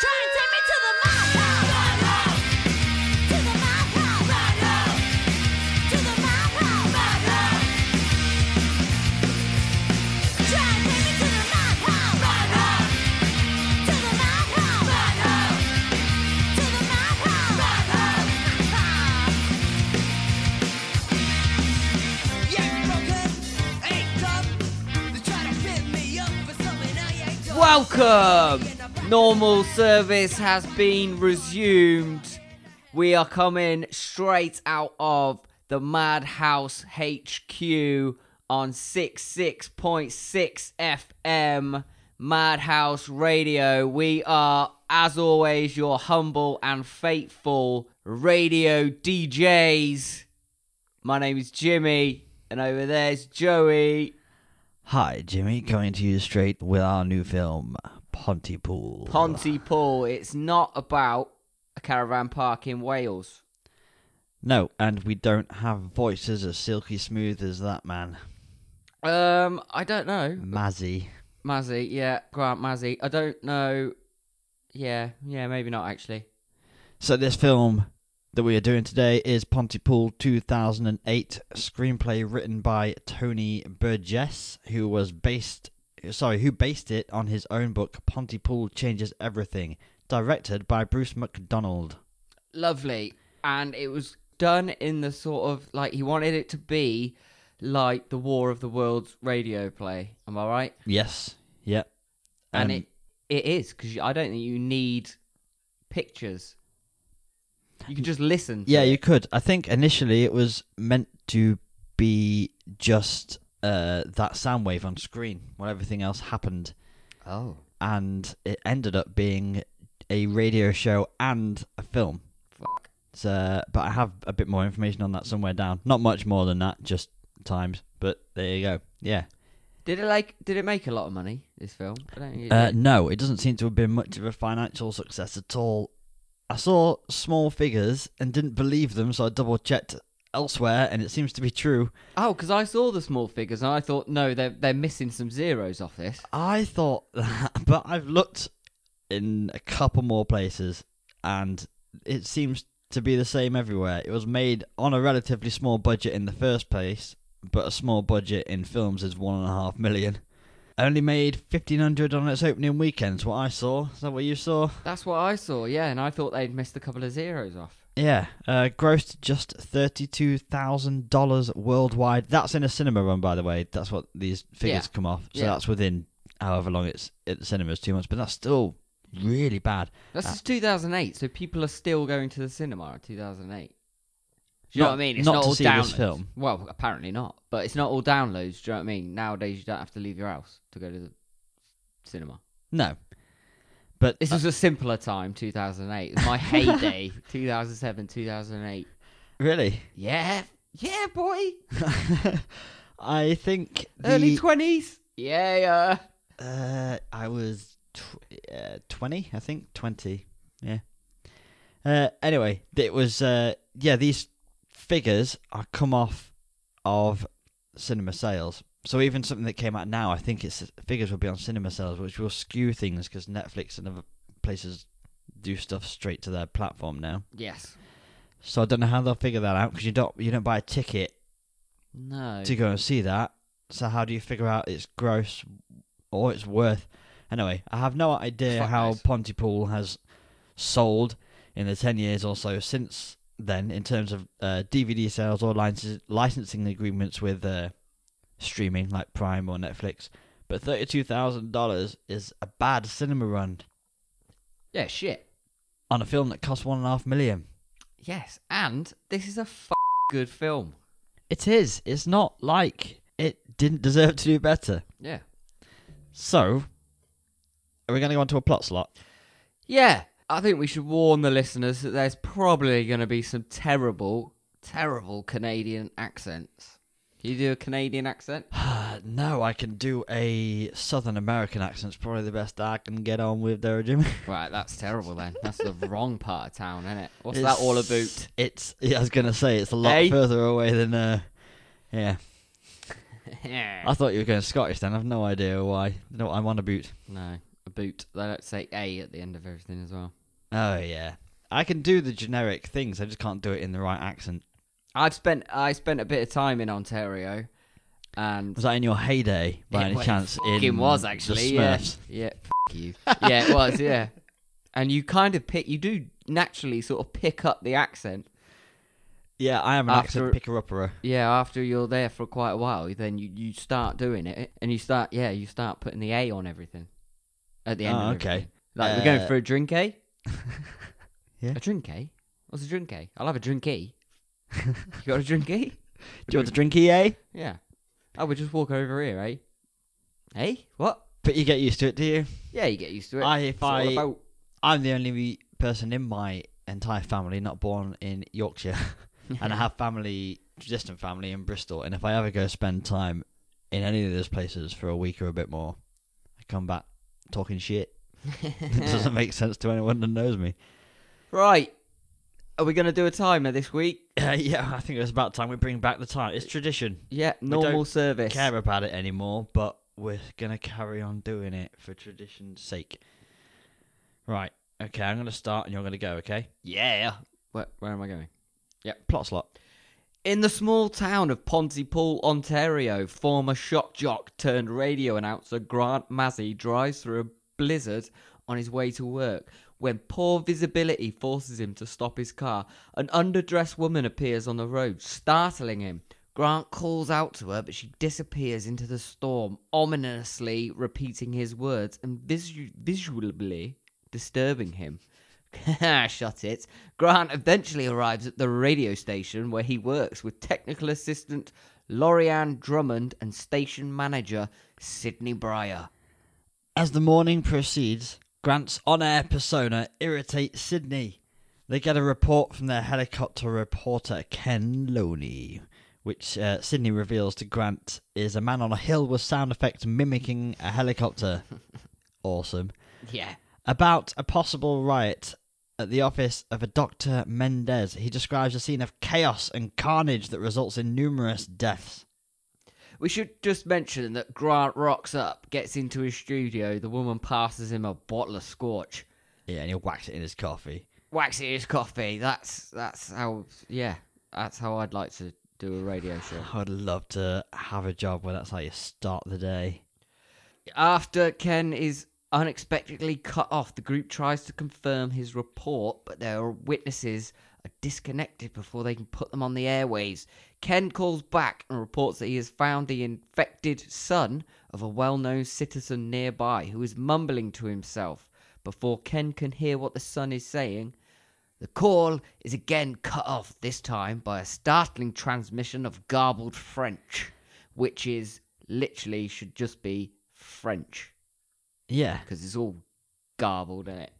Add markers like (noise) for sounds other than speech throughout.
Try and take me to the madhouse. To the madhouse. To the madhouse. Try and take me to the madhouse. To the madhouse. To the madhouse. Welcome! Welcome! Normal service has been resumed. We are coming straight out of the Madhouse HQ on 66.6 FM Madhouse Radio. We are, as always, your humble and faithful radio DJs. My name is Jimmy, and over there's Joey. Hi, Jimmy, coming to you straight with our new film, Pontypool. Pontypool. It's not about a caravan park in Wales. No, and we don't have voices as silky smooth as that man, Um, I don't know. Mazzy. Mazzy, yeah, Grant Mazzy. I don't know. Yeah, yeah, maybe not actually. So, this film that we are doing today is Pontypool 2008, screenplay written by Tony Burgess, who was based, sorry, who based it on his own book, Pontypool Changes Everything, directed by Bruce MacDonald. Lovely. And it was done in the sort of like he wanted it to be like the War of the Worlds radio play. Am I right? Yes, yep. and Um, it it is because I don't think you need pictures. You can just listen. to Yeah, it. you could. I think initially it was meant to be just uh, that sound wave on screen while everything else happened, Oh, and it ended up being a radio show and a film. fuck. So, but I have a bit more information on that somewhere down. Not much more than that, just times. But there you go. Yeah. Did it like? Did it make a lot of money? This film? I don't think it Uh, did. no, it doesn't seem to have been much of a financial success at all. I saw small figures and didn't believe them, so I double checked elsewhere, and it seems to be true. Oh, because I saw the small figures and I thought, no, they're they're missing some zeros off this. I thought (laughs) that, but I've looked in a couple more places and it seems to be the same everywhere. It was made on a relatively small budget in the first place, but a small budget in films is one and a half million. Only made 1500 on its opening weekends, what I saw. Is that what you saw? That's what I saw, yeah, and I thought they'd missed a couple of zeros off. Yeah, uh, grossed just $32,000 worldwide. That's in a cinema run, by the way. That's what these figures Yeah. come off. So Yeah. that's within however long it's at the cinemas, two months. But that's still really bad. That's Uh, just 2008, so people are still going to the cinema in 2008. Do you know Not- what I mean? It's not not, to all see downloads. this film. Well, apparently not, but it's not all downloads. Do you know what I mean? Nowadays, you don't have to leave your house to go to the cinema. No. But This uh, was a simpler time, 2008. It was (laughs) my heyday, 2007, 2008. really, (laughs) Yeah, yeah, boy, I think the, early 20s. Yeah, yeah. uh, I was tw- uh, 20, I think. 20. Yeah. Uh, anyway, it was, uh, yeah, these figures are come off of cinema sales. So even something that came out now, I think its figures will be on cinema sales, which will skew things because Netflix and other places do stuff straight to their platform now. Yes. So I don't know how they'll figure that out because you don't you don't buy a ticket No. to go and see that. So how do you figure out its gross or its worth? Anyway, I have no idea Fuck how knows. Pontypool has sold in the ten years or so since then in terms of uh, DVD sales or license- licensing agreements with uh, streaming like Prime or Netflix. But thirty-two thousand dollars is a bad cinema run Yeah, shit. on a film that cost one and a half million. Yes, and this is a f- good film. It is. It's not like it didn't deserve to do better. Yeah. So, are we going to go on to a plot slot? Yeah, I think we should warn the listeners that there's probably going to be some terrible, terrible Canadian accents. Can you do a Canadian accent? Uh, (sighs) no, I can do a Southern American accent. It's probably the best I can get on with there, Jimmy. (sighs) Right, that's terrible then. That's (laughs) the wrong part of town, isn't it? (laughs) What's that all about? (laughs) It's- It's. Yeah, I was gonna say it's a lot Eh? further away than. Uh, yeah, I Yeah. thought you were going Scottish. Then I've no idea why. You know what I'm on about? no, a boot. They don't say A at the end of everything as well. Oh yeah, I can do the generic things. I just can't do it in the right accent. I've spent I spent a bit of time in Ontario, and Was that in your heyday by It any wa- chance? it in was the actually yeah Smurfs? yeah f- you yeah it was yeah, (laughs) and you kind of pick you do naturally sort of pick up the accent Yeah, I am an After- accent picker upper. yeah after you're there for quite a while then you you start doing it and you start yeah you start putting the A on everything at the end Oh, of okay. everything. like we're going Uh, for a drink (laughs) eh Yeah. a drink eh what's a drink eh I'll have a drink (laughs) eh you got a drink eh Do you want to drink E EA? yeah I would just walk over here eh eh what But you get used to it, do you? yeah you get used to it I- if It's all I- about- I'm the only person in my entire family not born in Yorkshire, (laughs) and I have family, distant family in Bristol. And if I ever go spend time in any of those places for a week or a bit more, I come back talking shit. (laughs) it doesn't make sense to anyone that knows me. (laughs) Right. Are we going to do a timer this week? Uh, (laughs) yeah, I think it's about time we bring back the time. It's tradition. Yeah, don't normal service. Care about it anymore, but we're gonna carry on doing it for tradition's sake. Right. Okay, I'm gonna start, and you're gonna go. Okay. Yeah. Where, where am I going? Plot slot. In the small town of Pontypool, Ontario, former shock jock turned radio announcer Grant Massey drives through a blizzard on his way to work. When poor visibility forces him to stop his car, an underdressed woman appears on the road, startling him. Grant calls out to her, but she disappears into the storm, ominously repeating his words and visu- visually disturbing him. (laughs) Shut it. Grant eventually arrives at the radio station where he works with technical assistant Lorianne Drummond and station manager Sydney Breyer. As the morning proceeds, Grant's on air persona irritates Sydney. They get a report from their helicopter reporter, Ken Loney, which uh, Sydney reveals to Grant is a man on a hill with sound effects mimicking a helicopter. awesome. Yeah. About a possible riot at the office of a Dr. Mendez. He describes a scene of chaos and carnage that results in numerous deaths. We should just mention that Grant rocks up, gets into his studio, the woman passes him a bottle of scorch. Yeah, and he whacks it in his coffee. Whacks it in his coffee. That's that's how yeah, that's how I'd like to do a radio show. I would love to have a job where that's how you start the day. After Ken is unexpectedly cut off, the group tries to confirm his report, but their witnesses are disconnected before they can put them on the airwaves. Ken calls back and reports that he has found the infected son of a well known citizen nearby who is mumbling to himself. Before Ken can hear what the son is saying, the call is again cut off, this time by a startling transmission of garbled French, which is literally should just be French, Yeah, because it's all garbled in it.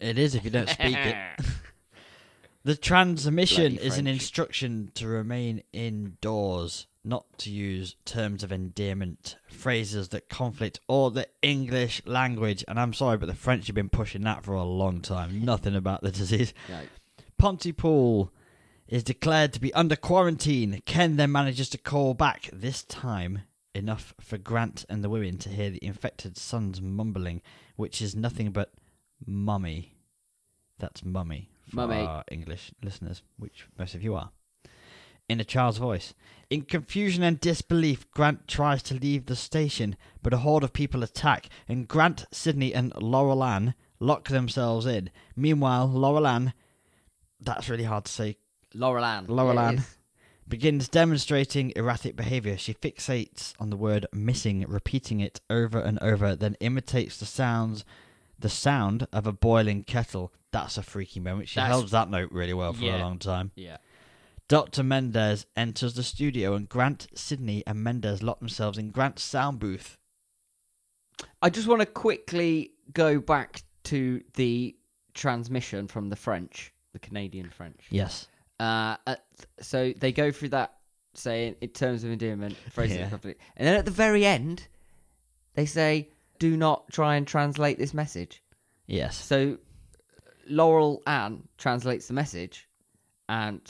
it is if you don't speak it. (laughs) The transmission Bloody is an French. instruction to remain indoors, not to use terms of endearment, phrases that conflict or the English language. And I'm sorry, but the French have been pushing that for a long time. Nothing about the disease. Right. Pontypool is declared to be under quarantine. Ken then manages to call back, this time enough for Grant and the women to hear the infected son's mumbling, which is nothing but mummy. That's mummy for Mummy. our English listeners, which most of you are. In a child's voice. In confusion and disbelief, Grant tries to leave the station, but a horde of people attack, and Grant, Sydney, and Laurel Ann lock themselves in. Meanwhile, Laurel Ann that's really hard to say. Laurel Ann. Laurel Yeah, it Ann. is. Begins demonstrating erratic behavior. She fixates on the word missing, repeating it over and over, then imitates the sounds the sound of a boiling kettle. That's a freaky moment. She That's- holds that note really well for Yeah. a long time. Yeah. Dr. Mendez enters the studio and Grant, Sydney, and Mendez lock themselves in Grant's sound booth. I just want to quickly go back to the transmission from the French, the Canadian French. Yes. Uh, at, so they go through that saying in terms of endearment, phrases Yeah. of conflict. And then at the very end, they say, do not try and translate this message. Yes. So Laurel Ann translates the message, and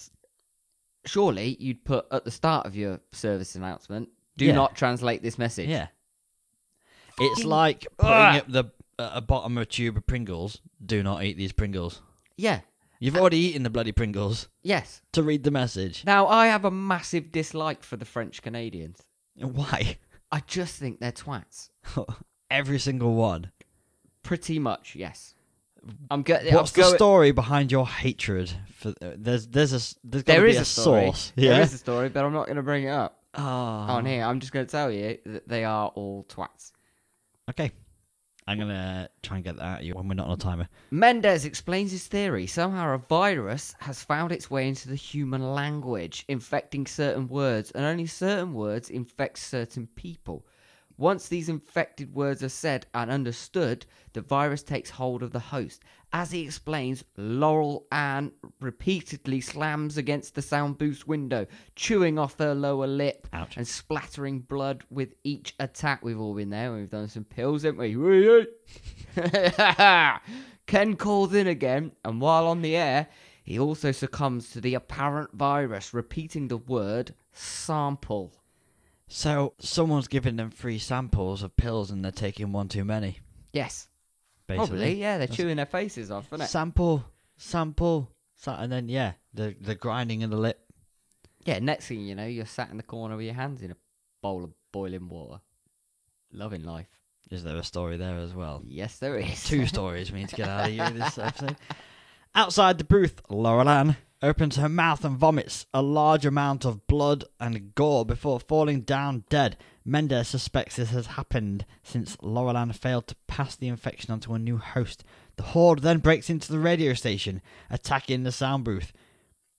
surely you'd put at the start of your service announcement, do Yeah. not translate this message. Yeah. Ah! It's like putting Ugh. up the at the bottom of a tube of Pringles. Do not eat these Pringles. Yeah. You've already eaten the bloody Pringles Yes. to read (laughs) the message. Now, I have a massive dislike for the French Canadians. Why? I just think they're twats. (laughs) Every single one. Pretty much, yes. I'm, go- I'm What's the going- story behind your hatred for? uh, There's there's a s- there's gotta There be is a, a story. source. There Yeah. is a story, but I'm not going to bring it up Ah. on here. I'm just going to tell you that they are all twats. Okay. I'm gonna try and get that out of you when we're not on a timer. Mendez explains his theory. Somehow a virus has found its way into the human language, infecting certain words, and only certain words infect certain people. Once these infected words are said and understood, the virus takes hold of the host. As he explains, Laurel Ann repeatedly slams against the sound booth window, chewing off her lower lip Ouch. and splattering blood with each attack. We've all been there. We've done some pills, haven't we? Wee-wee. (laughs) Ken calls in again, and while on the air, he also succumbs to the apparent virus, repeating the word sample. So someone's giving them free samples of pills and they're taking one too many. Yes, Basically. probably. Yeah, they're That's- chewing their faces off, aren't it? Sample, sample, sa- and then yeah, the the grinding of the lip. Yeah. Next thing you know, you're sat in the corner with your hands in a bowl of boiling water, loving life. Is there a story there as well? Yes, there is. Two stories we need to get out of you this episode. Outside the booth, Laurel Ann opens her mouth and vomits a large amount of blood and gore before falling down dead. Mendez suspects this has happened since Laurel Ann failed to pass the infection onto a new host. The horde then breaks into the radio station, attacking the sound booth.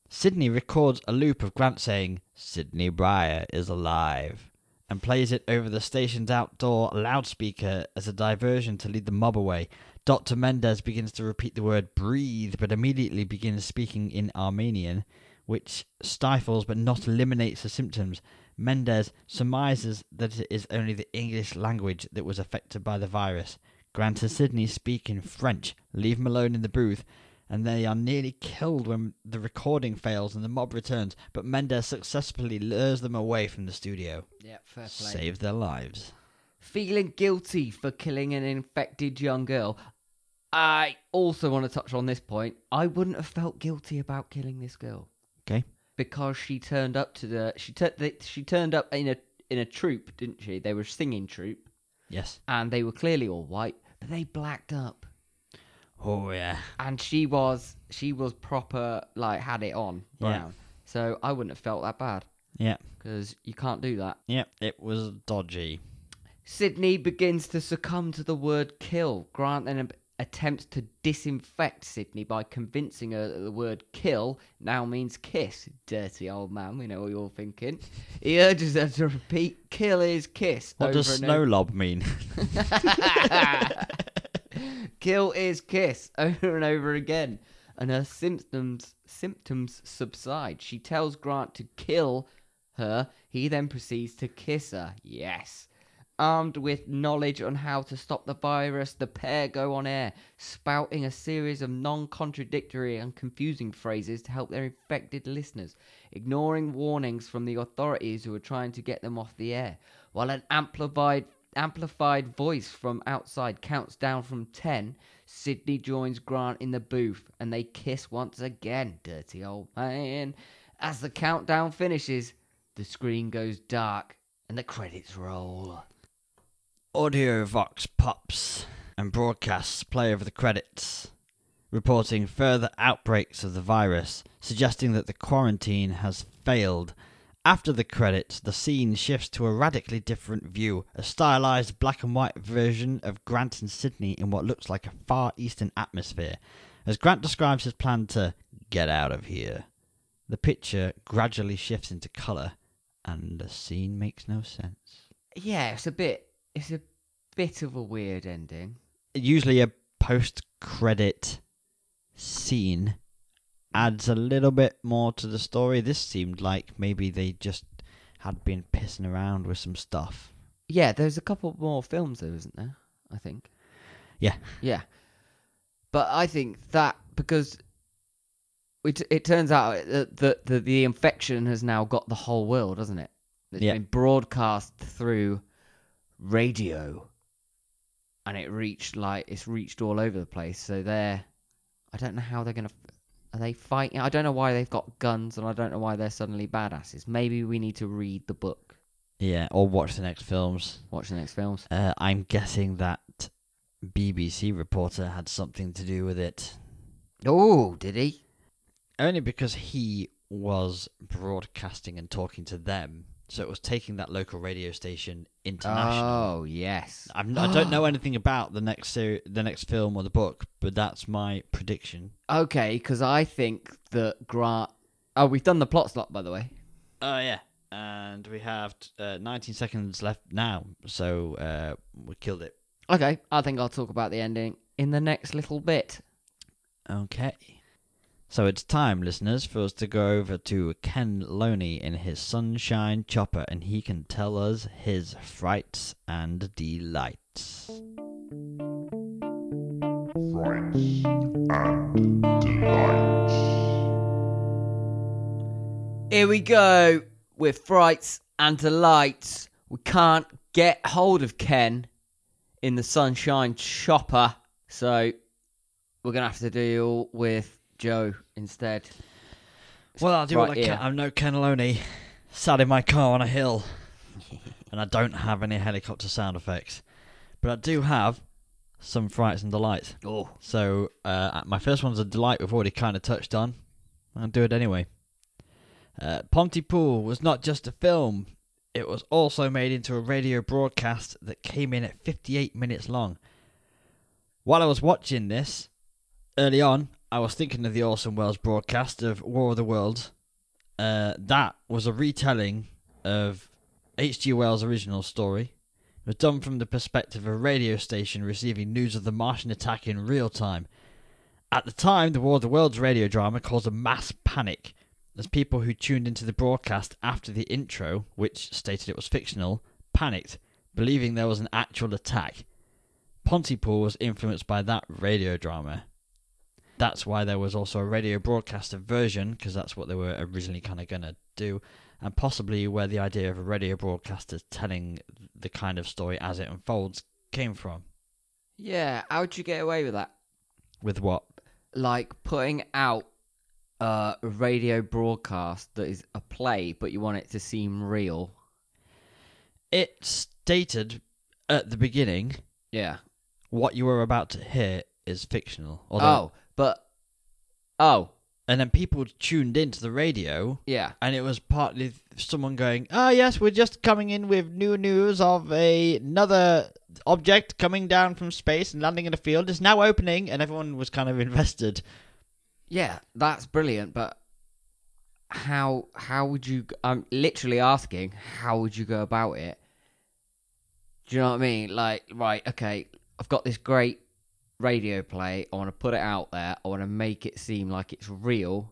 Sydney records a loop of Grant saying, Sydney Brier is alive, and plays it over the station's outdoor loudspeaker as a diversion to lead the mob away. Dr. Mendez begins to repeat the word breathe, but immediately begins speaking in Armenian, which stifles but not eliminates the symptoms. Mendez surmises that it is only the English language that was affected by the virus. Grant and Sydney speak in French, leave him alone in the booth, and they are nearly killed when the recording fails and the mob returns, but Mendez successfully lures them away from the studio. (laughs) Yeah, fair play. Save their lives. feeling guilty for killing an infected young girl. I also want to touch on this point. I wouldn't have felt guilty about killing this girl Okay. because she turned up to the she tur- the, she turned up in a in a troop, didn't she? They were a singing troop Yes. and they were clearly all white, but they blacked up. Oh yeah. And she was she was proper like had it on Yeah. brown. So I wouldn't have felt that bad Yeah. because you can't do that. Yeah. It was dodgy. Sydney begins to succumb to the word kill. Grant then ab- attempts to disinfect Sydney by convincing her that the word kill now means kiss. Dirty old man, we know what you're thinking. He urges her to repeat kill is kiss. What over does and over- snowlob mean? (laughs) kill is kiss (laughs) over and over again. And her symptoms symptoms subside. She tells Grant to kill her. He then proceeds to kiss her. Yes. Armed with knowledge on how to stop the virus, the pair go on air, spouting a series of non contradictory and confusing phrases to help their infected listeners, ignoring warnings from the authorities who are trying to get them off the air, while an amplified amplified voice from outside counts down from 10 sydney joins grant in the booth and they kiss once again dirty old man as the countdown finishes the screen goes dark and the credits roll Audio Vox pops and broadcasts play over the credits, reporting further outbreaks of the virus, suggesting that the quarantine has failed. After the credits, the scene shifts to a radically different view, a stylized black and white version of Grant and Sydney in what looks like a far eastern atmosphere. As Grant describes his plan to get out of here, the picture gradually shifts into color, and the scene makes no sense. yeah it's a bit it's a bit of a weird ending usually a post credit scene adds a little bit more to the story. This seemed like maybe they just had been pissing around with some stuff. Yeah, there's a couple more films though, isn't there? I think. Yeah. Yeah. But I think that because it it turns out that the the, the infection has now got the whole world, hasn't it? It's Yeah. been broadcast through radio, and it reached like it's reached all over the place. So they're, I don't know how they're gonna. f- Are they fighting? I don't know why they've got guns, and I don't know why they're suddenly badasses. Maybe we need to read the book, Yeah, or watch the next films. watch the next films. Uh, I'm guessing that BBC reporter had something to do with it. Oh, did he? Only because he was broadcasting and talking to them. So it was taking that local radio station international. Oh, yes. I'm, I don't (gasps) know anything about the next seri- the next film or the book, but that's my prediction. Okay, because I think that Grant. Oh, we've done the plot slot, by the way. Oh yeah, and we have uh, 19 seconds left now, so uh, we killed it. Okay, I think I'll talk about the ending in the next little bit. Okay. So it's time, listeners, for us to go over to Ken Loney in his Sunshine Chopper, and he can tell us his frights and delights. Here we go. We're frights and delights. We can't get hold of Ken in the Sunshine Chopper, so we're going to have to deal with Joe instead. Well, I'll do Right, what I can. yeah. I'm no Ken Loney, sat in my car on a hill, and I don't have any helicopter sound effects, but I do have some frights and delights. Oh. So uh, my first one's a delight we've already kind of touched on. I'll do it anyway. Uh, Pontypool was not just a film; it was also made into a radio broadcast that came in at 58 minutes long. While I was watching this early on, I was thinking of the Orson Welles broadcast of War of the Worlds. Uh, that was a retelling of H.G. Wells' original story. It was done from the perspective of a radio station receiving news of the Martian attack in real time. At the time, the War of the Worlds radio drama caused a mass panic as people who tuned into the broadcast after the intro, which stated it was fictional, panicked, believing there was an actual attack. Pontypool was influenced by that radio drama. That's why there was also a radio broadcaster version, because that's what they were originally kind of going to do, and possibly where the idea of a radio broadcaster telling the kind of story as it unfolds came from. Yeah, how'd you get away with that? With what? like putting out uh, a radio broadcast that is a play, but you want it to seem real. It stated at the beginning Yeah. what you were about to hear is fictional. Although, Oh, but oh And then people tuned into the radio yeah, and it was partly someone going, "Ah, yes, we're just coming in with new news of a, another object coming down from space and landing in a field. It's now opening," and everyone was kind of (laughs) invested. yeah, that's brilliant. But how how would you? I'm literally asking, how would you go about it? Do you know what I mean? Like, right, okay, I've got this great radio play. I want to put it out there. I want to make it seem like it's real.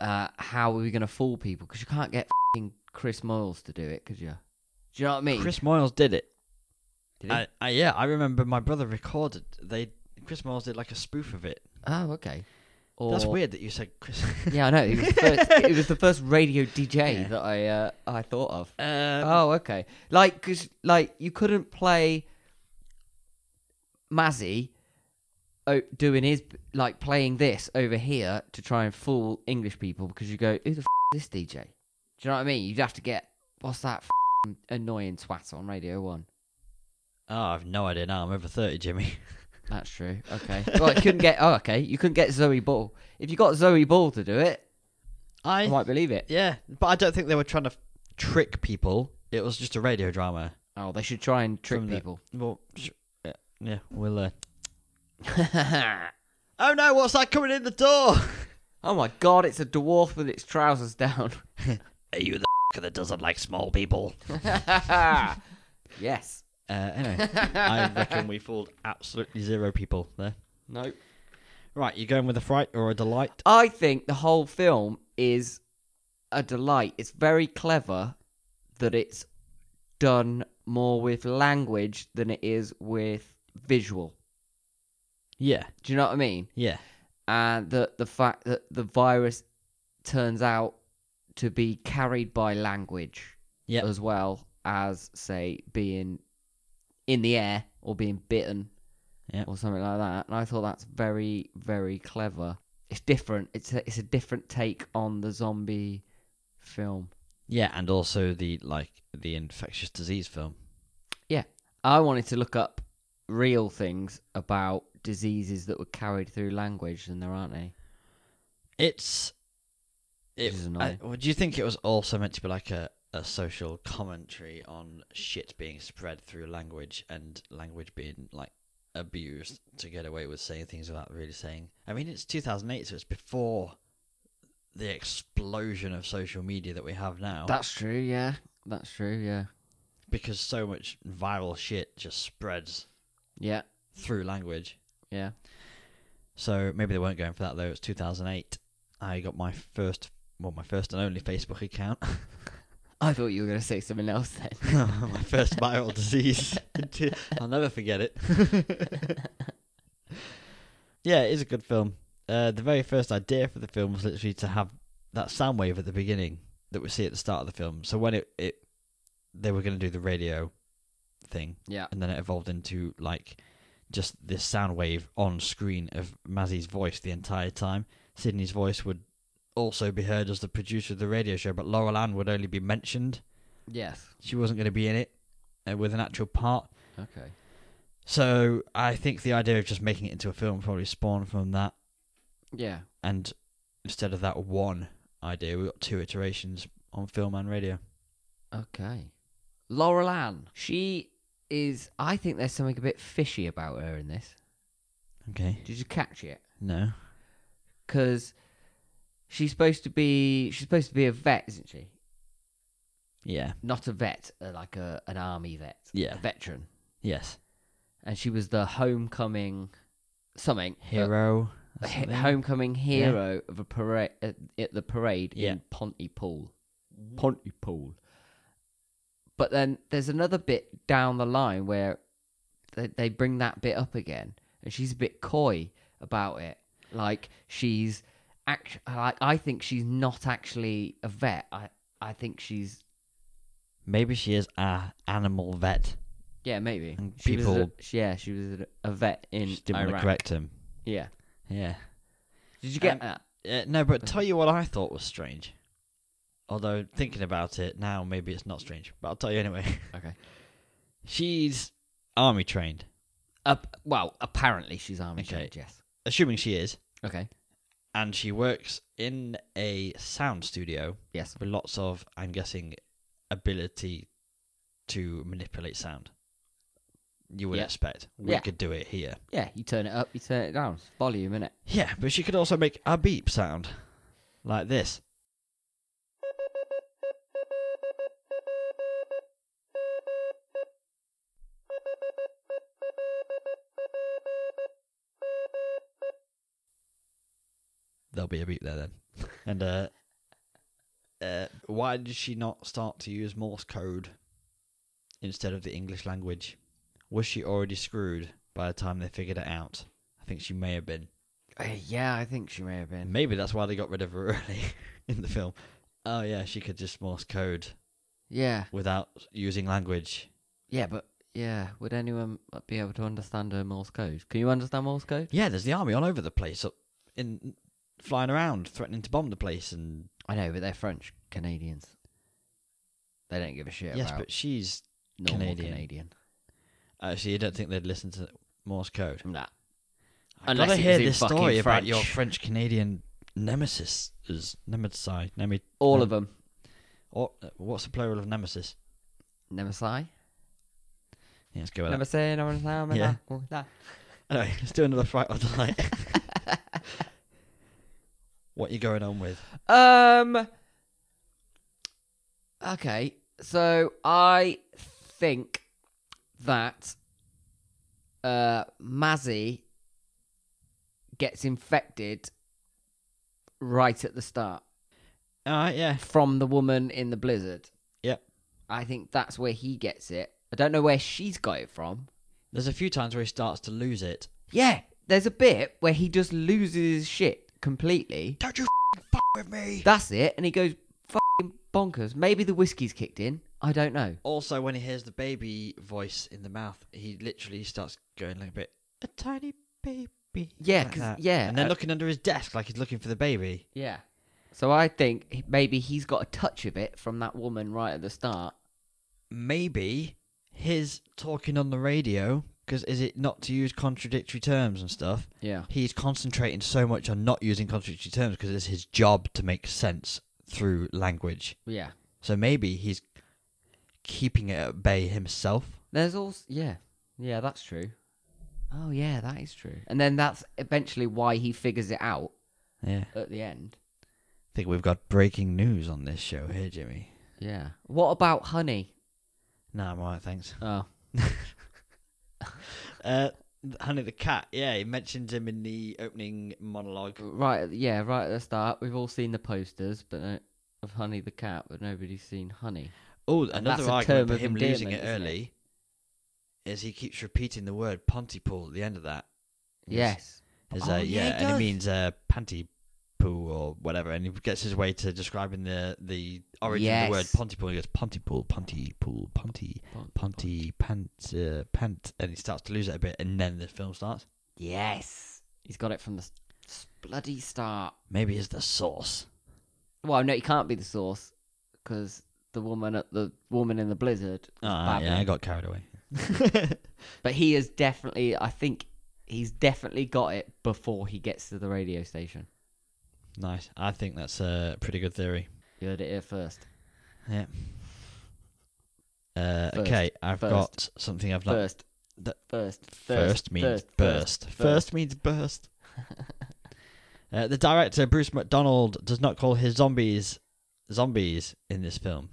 Uh, how are we going to fool people? Because you can't get fing Chris Moyles to do it, could you? Do you know what I mean? Chris Moyles did it. Did he? I, I, yeah, I remember my brother recorded. They Chris Moyles did like a spoof of it. oh, okay. Or, That's weird that you said Chris. Yeah, I know. It was the first, it was the (laughs) first radio DJ Yeah. that I uh, I thought of. (laughs) Um, oh, okay. Like, cause like you couldn't play Mazzy o- doing his like playing this over here to try and fool English people because you go, who the f- is this DJ? Do you know what I mean? You'd have to get what's that f- annoying twat on Radio One. oh, I've no idea now. I'm over thirty, Jimmy. (laughs) That's true. Okay. Well, you couldn't get. Oh, okay. You couldn't get Zoe Ball. If you got Zoe Ball to do it, I I might believe it. yeah, but I don't think they were trying to f- trick people. It was just a radio drama. Oh, they should try and trick From the- people. (laughs) Well, sh- yeah, yeah, we'll. Uh, oh oh no! What's that coming in the door? my god, it's a dwarf with its trousers down. (laughs) (laughs) Are you the (laughs) f- that doesn't like small people? (laughs) yes. Uh, anyway, I reckon we fooled absolutely zero people there. Nope. Right, you going with a fright or a delight? I think the whole film is a delight. It's very clever that it's done more with language than it is with visual. Yeah. Do you know what I mean? Yeah. and the the fact that the virus turns out to be carried by language Yep. as well as say being in the air or being bitten Yep. or something like that and i thought that's very very clever it's different it's a, it's a different take on the zombie film Yeah, and also the like the infectious disease film. i wanted to look up real things about diseases that were carried through language and there aren't any It's it, Which is I, annoying. well, do you think it was also meant to be like a, a social commentary on shit being spread through language and language being like abused to get away with saying things without really saying? I mean, it's 2008, so it's before the explosion of social media that we have now. that's true yeah that's true yeah because so much viral shit just spreads yeah through language. yeah So maybe they weren't going for that though. It's 2008. I got my first, well, my first and only Facebook account. (laughs) I thought you were going to say something else then. my first viral disease. (laughs) I'll never forget it. (laughs) yeah, it is a good film. Uh, the very first idea for the film was literally to have that sound wave at the beginning that we see at the start of the film. So when it, it they were going to do the radio thing, Yeah. and then it evolved into like just this sound wave on screen of Mazzy's voice the entire time. Sydney's voice would also be heard as the producer of the radio show, but Laurel Ann would only be mentioned. Yes. She wasn't going to be in it uh, with an actual part. Okay. So I think the idea of just making it into a film probably spawned from that. Yeah. And instead of that one idea, we got two iterations on film and radio. Okay. Laurel Ann. She is. I think there's something a bit fishy about her in this. Okay. Did you catch it? No. Because she's supposed to be. She's supposed to be a vet, isn't she? Yeah. Not a vet, uh, like a an army vet. Yeah. A veteran. Yes. And she was the homecoming, something uh, Hero. or he- something. homecoming hero of a parade at, at the parade Yeah. in Pontypool. Pontypool. But then there's another bit down the line where they, they bring that bit up again, and she's a bit coy about it. Like she's, act, like I think she's not actually a vet. I I think she's Maybe she is a animal vet. yeah maybe And she was a- people- she- yeah, she was a, a vet in She just didn't want to Iraq. correct him. Yeah. Yeah. Did you get Um, that? Uh, no, but tell you what I thought was strange. Although thinking about it now, maybe it's not strange. But I'll tell you anyway. (laughs) Okay. She's army trained, Up. well, apparently she's army Okay. trained. Yes. assuming she is. Okay. and she works in a sound studio Yes. with lots of, I'm guessing, ability to manipulate sound. You would Yeah. expect we Yeah. could do it here. Yeah, you turn it up, you turn it down. It's volume, innit? Yeah, but she could also make a beep sound like this. There'll be a beep there then. (laughs) And uh, uh, why did she not start to use Morse code instead of the English language? Was she already screwed by the time they figured it out? I think she may have been. Uh, yeah, I think she may have And been. maybe that's why they got rid of her (laughs) early in the film. Oh yeah, she could just Morse code Yeah, without using language. yeah, but yeah, would anyone be able to understand her Morse code? Can you understand Morse code? Yeah, there's the army all over the place, up in flying around, threatening to bomb the place. And I know, but they're French Canadians. They don't give a shit yes, about but she's normal Canadian. Canadian. actually. You don't think they'd listen to Morse code? Nah. I Unless gotta it was hear in this fucking story about French. your French Canadian nemesis. Is nemesis? Nemi? All Nem- of them. Or, uh, what's the plural of nemesis? Nemesis. Yeah, let's go with that. Nemesis. Yeah. Yeah. Anyway, let's do another fright or die. (laughs) what you going on with? Um. Okay, so I think that uh, Mazzy gets infected right at the start All right, yeah. from the woman in the blizzard. Yep. I think that's where he gets it. I don't know where she's got it from. There's a few times where he starts to lose it. Yeah, there's a bit where he just loses his shit completely. Don't you fuck with me. That's it, and he goes fucking bonkers. Maybe the whiskey's kicked in. I don't know. Also, when he hears the baby voice in the mouth, he literally starts going like a bit a tiny baby. Yeah, like 'cause- that. yeah, and then uh, looking under his desk like he's looking for the baby. Yeah. So I think he- maybe he's got a touch of it from that woman right at the start. Maybe his talking on the radio because is it not to use contradictory terms and stuff? Yeah. he's concentrating so much on not using contradictory terms because it's his job to make sense through language. Yeah. So maybe he's keeping it at bay himself. There's also yeah, yeah, that's true. Oh yeah, that is true. And then that's eventually why he figures it out Yeah. at the end. I think we've got breaking news on this show here, Jimmy. Yeah. What about honey? Nah, I'm alright, thanks. Oh, Uh, Honey the Cat, yeah, he mentions him in the opening monologue. right. at the- Yeah, right at the start, we've all seen the posters, but no, of Honey the cat, but nobody's seen Honey. Oh, that's another a term argument for of him losing it endearment, isn't it? early is he keeps repeating the word Pontypool at the end of that. Yes. Is, Oh, uh, yeah, yeah, it and does. it means uh, panty poo or whatever, and he gets his way to describing the the origin of the word Yes. Pontypool. He goes Pontypool, Pontypool, Ponty, Pon- Ponty, pant, uh, pant, and he starts to lose it a bit, and then the film starts. Yes. He's got it from the s- s- bloody start. Maybe it's the source. Well, no, he can't be the source because the woman at the woman in the blizzard. is Ah, yeah, I babbling. got carried (laughs) away. But he is definitely. I think he's definitely got it before he gets to the radio station. nice. I think that's a pretty good theory. You heard it here first. Yeah. Uh, First. okay, I've First. got something I've not. First. Th- first. First, means burst. First, means (laughs) burst. uh, the director Bruce McDonald does not call his zombies zombies in this film.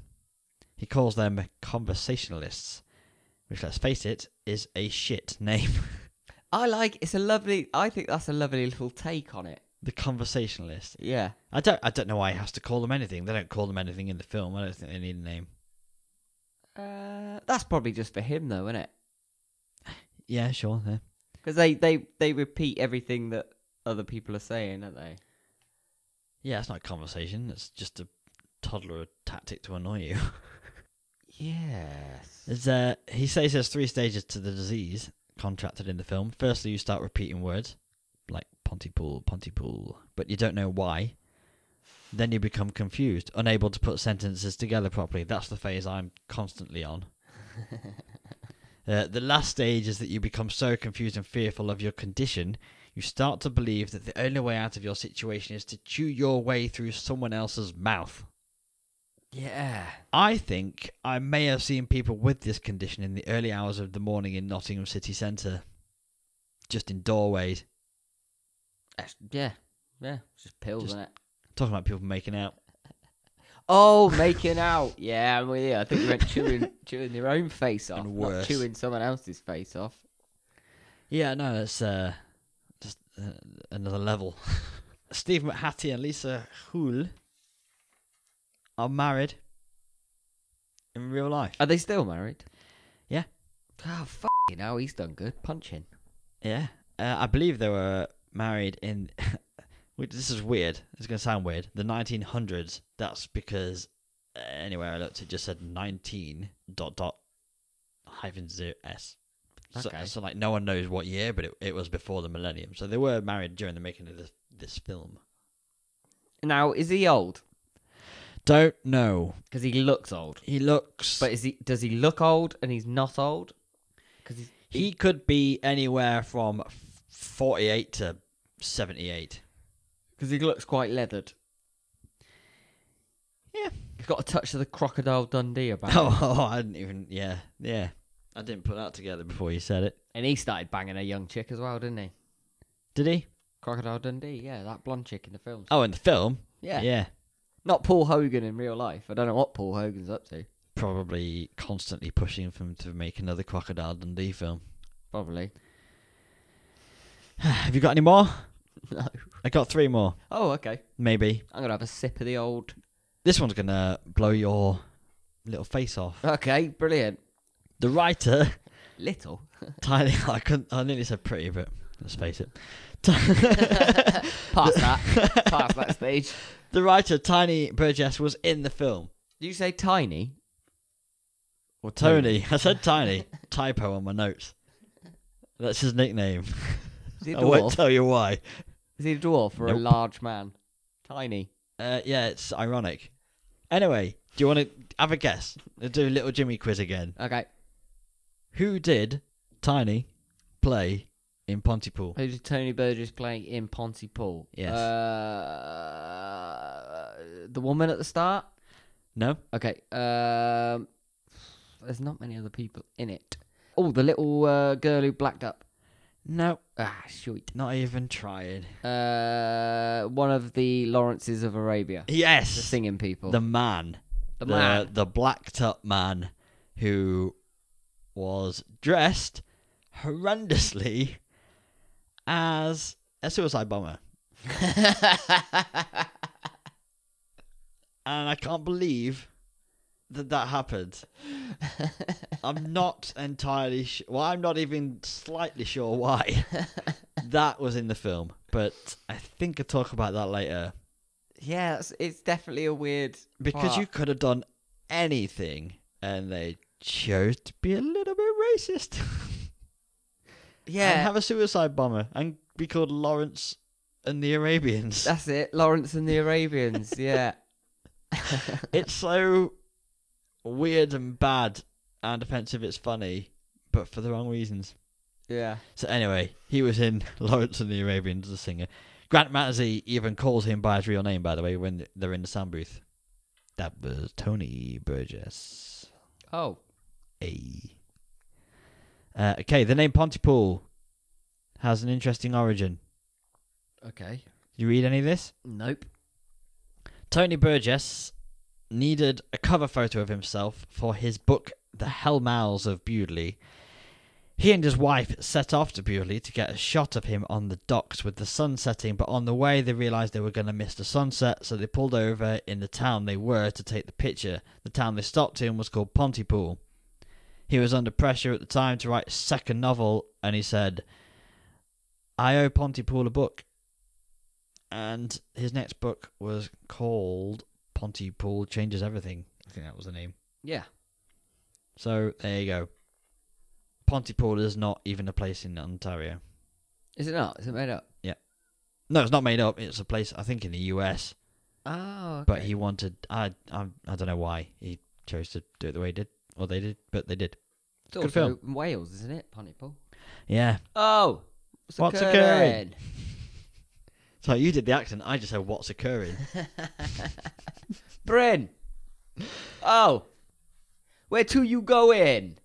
He calls them conversationalists, which, let's face it, is a shit name. (laughs) I like. It's a lovely. I think that's a lovely little take on it. the conversationalist. Yeah. I don't. I don't know why he has to call them anything. They don't call them anything in the film. I don't think they need a name. Uh, that's probably just for him though, isn't it? Yeah, sure. Yeah. Because they, they they repeat everything that other people are saying, don't they? yeah, it's not a conversation. It's just a toddler tactic to annoy you. Yes. There's, uh, he says there's three stages to the disease contracted in the film. Firstly, you start repeating words like Pontypool, Pontypool, but you don't know why. Then you become confused, unable to put sentences together properly. That's the phase I'm constantly on. uh, the last stage is that you become so confused and fearful of your condition, you start to believe that the only way out of your situation is to chew your way through someone else's mouth. Yeah. I think I may have seen people with this condition in the early hours of the morning in Nottingham city centre, just in doorways. That's- yeah. Yeah. It's Just pills, Just- isn't it? Talking about people making out. Oh, making out. Yeah, I'm with you. I think you meant (laughs) chewing chewing your own face off, And not worse. chewing someone else's face off. Yeah, no, that's uh, just uh, another level. (laughs) Steve McHattie and Lisa Hool are married in real life. Are they still married? Yeah. Oh, you know, he's done good. Punching. Yeah, uh, I believe they were married in. (laughs) which this is weird. It's going to sound weird. The 1900s. That's because uh, anywhere I looked, it just said 19 dot dot hyphen zero s. So, Okay. so like no one knows what year, but it, it was before the millennium. So they were married during the making of this, this film. Now, is he old? Don't know. Because he looks old. He looks. But is he? Does he look old? And he's not old? Because he's he could be anywhere from 48 to 78. because he looks quite leathered. Yeah. He's got a touch of the crocodile Dundee about, him. Oh, (laughs) I didn't even. Yeah, yeah. I didn't put that together before you said it. and he started banging a young chick as well, didn't he? Did he? Crocodile Dundee, yeah, that blonde chick in the films. Oh, in the film. Yeah. Yeah. Not Paul Hogan in real life. I don't know what Paul Hogan's up to. Probably constantly pushing for him to make another Crocodile Dundee film. (sighs) Probably. Have you got any (laughs) more? No. I got three more, Oh, okay. maybe. I'm gonna have a sip of the old. This one's gonna blow your little face off. (laughs) Okay, brilliant. The writer (laughs) Little. (laughs) Tiny, (laughs) I couldn't. I nearly said pretty, but let's face it. (laughs) Ti- Past that. Past that stage. the writer Tiny Burgess was in the film. Did you say tiny? Or Tony. (laughs) I said Tiny. Typo on my notes. That's his nickname. Is he a (laughs) I won't dwarf? tell you why. Is he a dwarf or a Nope. large man? Tiny. Uh, yeah, it's ironic. Anyway, do you want to have a guess? Let's do a little Jimmy quiz again. Okay. Who did Tiny play in Pontypool? Who did Tony Burgess play in Pontypool? Yes. Uh, the woman at the start? No, Okay. Um, there's not many other people in it. Oh, the little uh, girl who blacked up. no, Ah, shoot. not even trying. Uh, one of the Lawrences of Arabia. The Yes, singing people. the man, The man. the, blacked up man who was dressed horrendously as a suicide bomber, and I can't believe that that happened. I'm not entirely sh- well. I'm not even slightly sure why that was in the film, but I think I'll talk about that later (laughs) yeah, it's, it's definitely a weird. because part. you could have done anything, and they chose to be a little bit racist (laughs) and Yeah, have a suicide bomber and be called Lawrence and the (laughs) Arabians. (laughs) that's it. Lawrence and the Arabians. Yeah. it's so weird and bad and offensive. It's funny, but for the wrong reasons. Yeah. So anyway, he was in (laughs) Lawrence and the Arabians, the singer. Grant Mattersey even calls him by his real name, by the way, when they're in the sound booth. That was Tony Burgess. Oh. A. Uh, okay, the name Pontypool has an interesting origin. Okay. You read any of this? Nope. Tony Burgess needed a cover photo of himself for his book, The Hell Mouths of Bewdley. He and his wife set off to Bewdley to get a shot of him on the docks with the sun setting, but on the way they realised they were going to miss the sunset, so they pulled over in the town they were to take the picture. The town they stopped in was called Pontypool. He was under pressure at the time to write a second novel, and he said, I owe Pontypool a book and his next book was called Pontypool Changes Everything. I think that was the name. Yeah. So there you go. Pontypool is not even a place in Ontario. Is it not? Is it made up? No, it's not made up. It's a place I think in the US. Oh. But he wanted I I I don't know why he chose to do it the way he did or they did, but they did. it's good also film. in Wales, isn't it? Pontypool. Yeah. Oh. What's occurring? So you did the accent. I just said what's occurring. Bryn. Oh. Where to you going?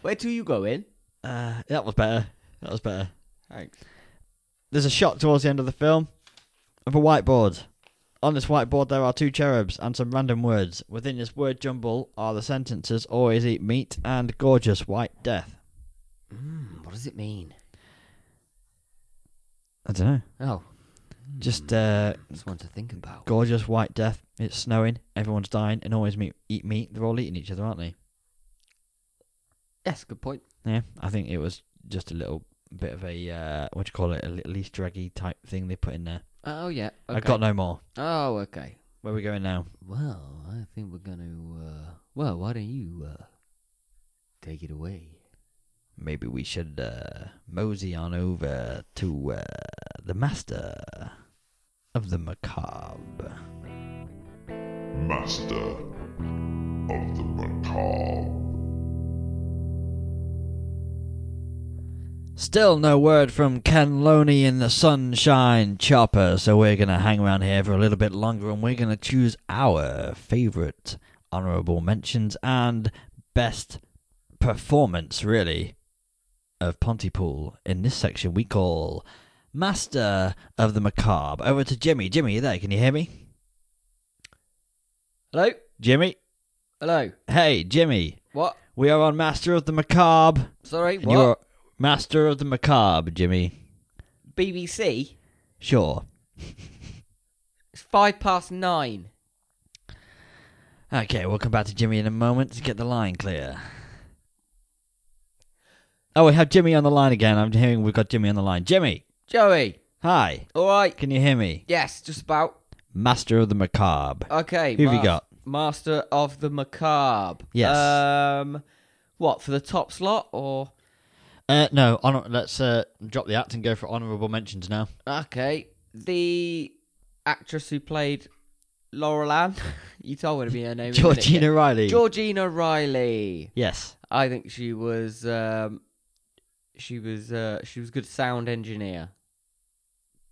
Where to you going? uh, that was better. That was better. Thanks. there's a shot towards the end of the film of a whiteboard. On this whiteboard, there are two cherubs and some random words. Within this word jumble are the sentences always eat meat and gorgeous white death. Mm, what does it mean? I don't know. Oh, Just Hmm. uh, that's one to think about. gorgeous white death. It's snowing. Everyone's dying and always meat, eat meat. They're all eating each other, aren't they? Yes, good point. Yeah. I think it was just a little bit of a, uh, what do you call it, a little Easter eggy type thing they put in there. Oh yeah. Okay. I've got no more. Oh okay. Where are we going now? Well, I think we're gonna. Uh, well, why don't you uh, take it away? maybe we should uh, mosey on over to uh, the master of the macabre. Master of the Macabre. Still no word from Ken Loney in the Sunshine Chopper, so we're going to hang around here for a little bit longer and we're going to choose our favourite honourable mentions and best performance, really, of Pontypool in this section we call Master of the Macabre. Over to Jimmy. Jimmy, you there? Can you hear me? Hello. Jimmy? Hello. Hey, Jimmy. What? We are on Master of the Macabre. Sorry. And What? You're Master of the Macabre, Jimmy. BBC. Sure. It's five past nine. Okay, we'll come back to Jimmy in a moment to get the line clear. Oh, we have Jimmy on the line again. I'm hearing we've got Jimmy on the line. Jimmy, Joey, hi. all right. Can you hear me? Yes, just about. Master of the Macabre. Okay. Who've you Mas- got? Master of the Macabre. Yes. Um, what for the top slot or? Uh, no, honor- let's uh, drop the act and go for honourable mentions now. Okay. The actress who played Laurel Ann. (laughs) you told me to be her name. a minute ago. Georgina Riley. Georgina Riley. yes. I think she was. Um, she was. Uh, she was a good sound engineer.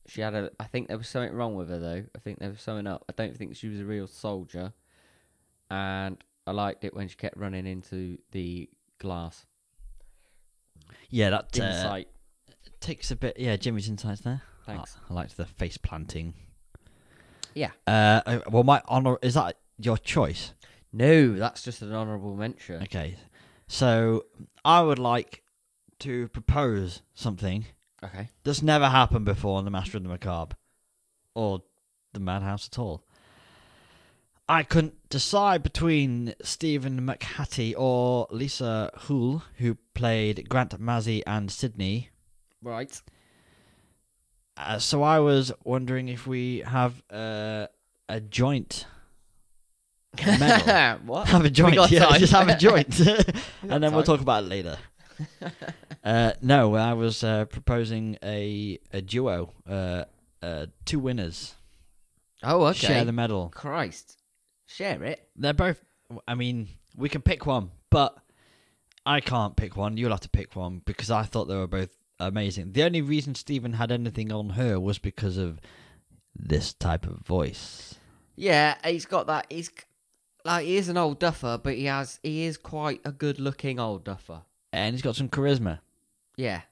She had a. I think there was something wrong with her though. I think there was something up. I don't think she was a real soldier. And I liked it when she kept running into the glass. Yeah, that uh, Insight. takes a bit. Yeah, Jimmy's insights there. Thanks. I, I liked the face planting. Yeah. Uh, uh, well, my honour is that your choice. No, that's just an honourable mention. Okay, so I would like to propose something Okay. that's never happened before on the Master of the Macabre or the Madhouse at all. I couldn't decide between Stephen McHattie or Lisa Houle, who played Grant Mazzy and Sydney. Right. Uh, so I was wondering if we have uh, a joint (laughs) medal. (laughs) what? have a joint. got Yeah, time. just have a joint, (laughs) and then we'll talk about it later. uh, no, I was uh, proposing a a duo, uh, uh, two winners (laughs) Oh, okay. share the medal. Christ. Share it. They're both. I mean, we can pick one, but I can't pick one. You'll have to pick one because I thought they were both amazing. The only reason Stephen had anything on her was because of this type of voice. Yeah, he's got that. He's c- like he is an old duffer, but he has he is quite a good-looking old duffer. And he's got some charisma. Yeah,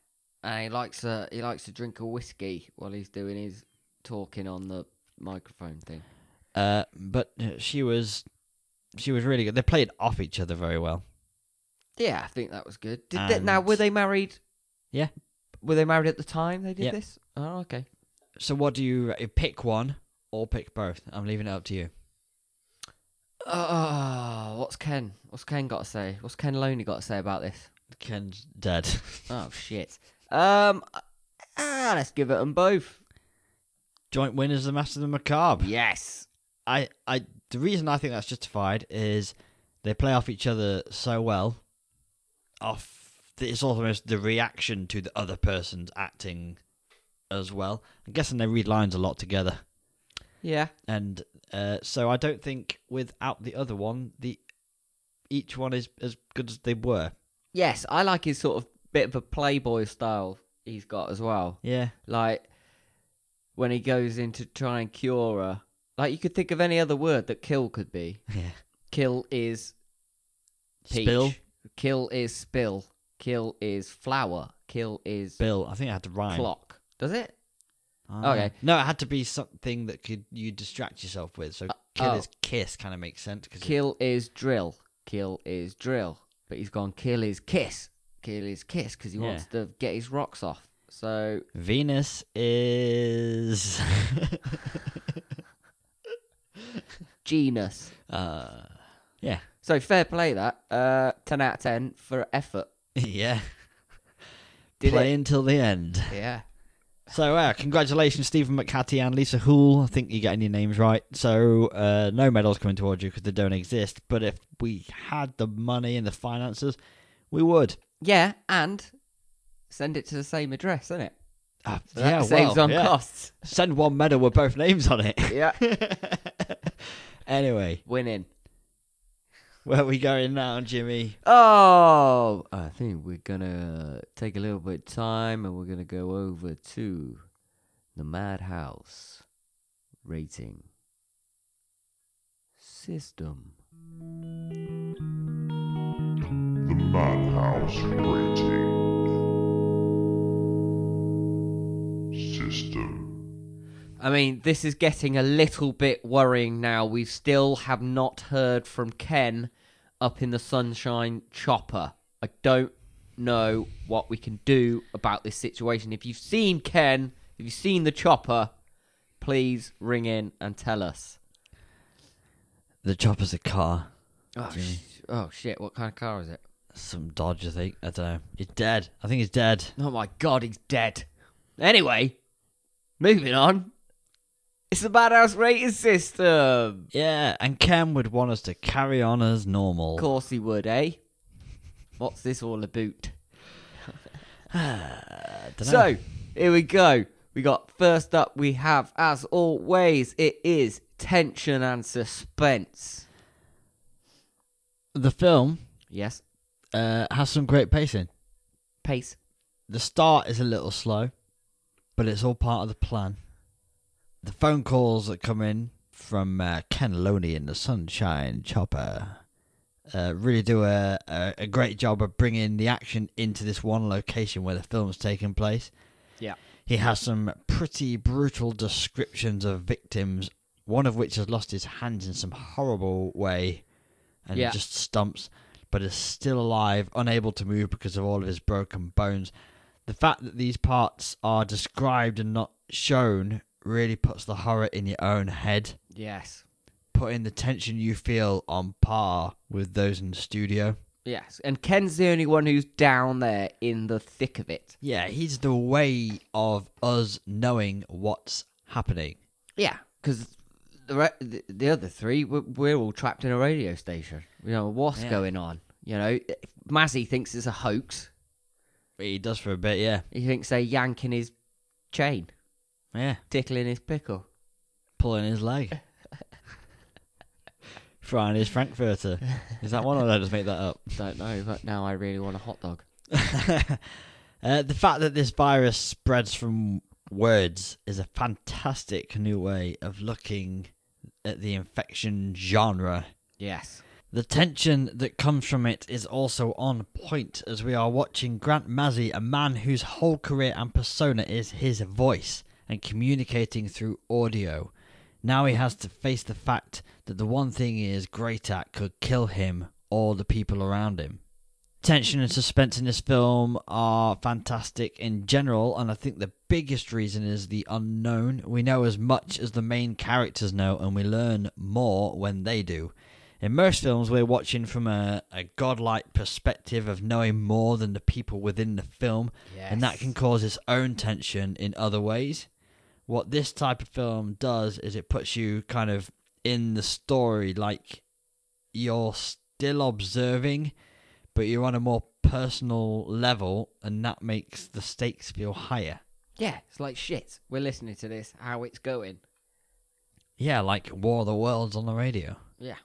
and he likes uh, he likes to drink a whiskey while he's doing his talking on the microphone thing. Uh, but uh, she was she was really good. They played off each other very well. Yeah, I think that was good. Did they, now And- were they married? Yeah. were they married at the time they did Yeah. this? Oh, okay. So what do you uh, pick one or pick both? I'm leaving it up to you. Oh, what's Ken? What's Ken got to say? What's Ken Loney got to say about this? Ken's dead. (laughs) Oh shit. Um, ah, let's give it them both. Joint winners, the Master of the Macabre. Yes. I, I, the reason I think that's justified is they play off each other so well. Off, it's almost the reaction to the other person's acting as well. I'm guessing they read lines a lot together. Yeah. and uh, so I don't think without the other one, the each one is as good as they were. Yes, I like his sort of bit of a playboy style he's got as well. Yeah, Like when he goes in to try and cure her. Like you could think of any other word that kill could be. yeah. Kill is peach. Spill, Kill is spill. Kill is flower. Kill is Bill. I think I had to rhyme. clock. Does it? Ah. Okay. No, it had to be something that could you distract yourself with. So kill oh. is kiss kind of makes sense. Cause it- Kill is drill. Kill is drill. But he's gone kill is kiss. Kill is kiss because he Yeah. wants to get his rocks off. So Venus is. (laughs) genius. uh, yeah, So fair play that. Uh, ten out of ten for effort. (laughs) yeah. Did play until the end. it? Yeah. So, uh, congratulations, Stephen McHattie and Lisa Hool. I think you're getting your names right. So, uh, no medals coming towards you because they don't exist. But if we had the money and the finances, we would. Yeah, and send it to the same address, isn't it? Ah, So that yeah, saves well, on yeah. costs. Send one medal with both names on it. Yeah. (laughs) anyway, Winning. where are we going now, Jimmy? Oh, I think we're gonna take a little bit of time, and we're gonna go over to the Madhouse rating system. The Madhouse Rating System. I mean, this is getting a little bit worrying now. We still have not heard from Ken up in the Sunshine Chopper. I don't know what we can do about this situation. If you've seen Ken, if you've seen the chopper, please ring in and tell us. The chopper's a car. Oh, sh- oh shit! What kind of car is it? Some Dodge, I think. I don't know. He's dead. I think he's dead. Oh my god, he's dead. Anyway, moving on. It's the Madhouse rating system. Yeah, and Ken would want us to carry on as normal. Of course he would, eh? What's this all about? I dunno. So, here we go. We got first up, we have, as always, it is tension and suspense. the film Yes, uh, has some great pacing. pace. The start is a little slow, but it's all part of the plan. The phone calls that come in from uh, Ken Loney and the Sunshine Chopper uh, really do a, a, a great job of bringing the action into this one location where the film's taking place. Yeah. He has some pretty brutal descriptions of victims, one of which has lost his hands in some horrible way and Yeah. just stumps, but is still alive, unable to move because of all of his broken bones. The fact that these parts are described and not shown really puts the horror in your own head, Yes, putting the tension you feel on par with those in the studio. yes. And Ken's the only one who's down there in the thick of it. Yeah, he's the way of us knowing what's happening. Yeah, because the, re- the the other three, we're, we're all trapped in a radio station. You know what's Yeah. going on. You know, Mazzy thinks it's a hoax. He does for a bit, yeah. He thinks they're yanking his chain, Yeah. tickling his pickle. pulling his leg. Frying his Frankfurter. Is that one or did I just make that up? Don't know, but now I really want a hot dog. uh, the fact that this virus spreads from words is a fantastic new way of looking at the infection genre. Yes. The tension that comes from it is also on point as we are watching Grant Mazzy, a man whose whole career and persona is his voice and communicating through audio. Now he has to face the fact that the one thing he is great at could kill him or the people around him. Tension and suspense in this film are fantastic in general, and I think the biggest reason is the unknown. We know as much as the main characters know, and we learn more when they do. In most films, we're watching from a, a godlike perspective of knowing more than the people within the film, and that Yes. can cause its own tension in other ways. What this type of film does is it puts you kind of in the story, like you're still observing, but you're on a more personal level, and that makes the stakes feel higher. Yeah, it's like shit. We're listening to this, how it's going. Yeah, like War of the Worlds on the radio. Yeah.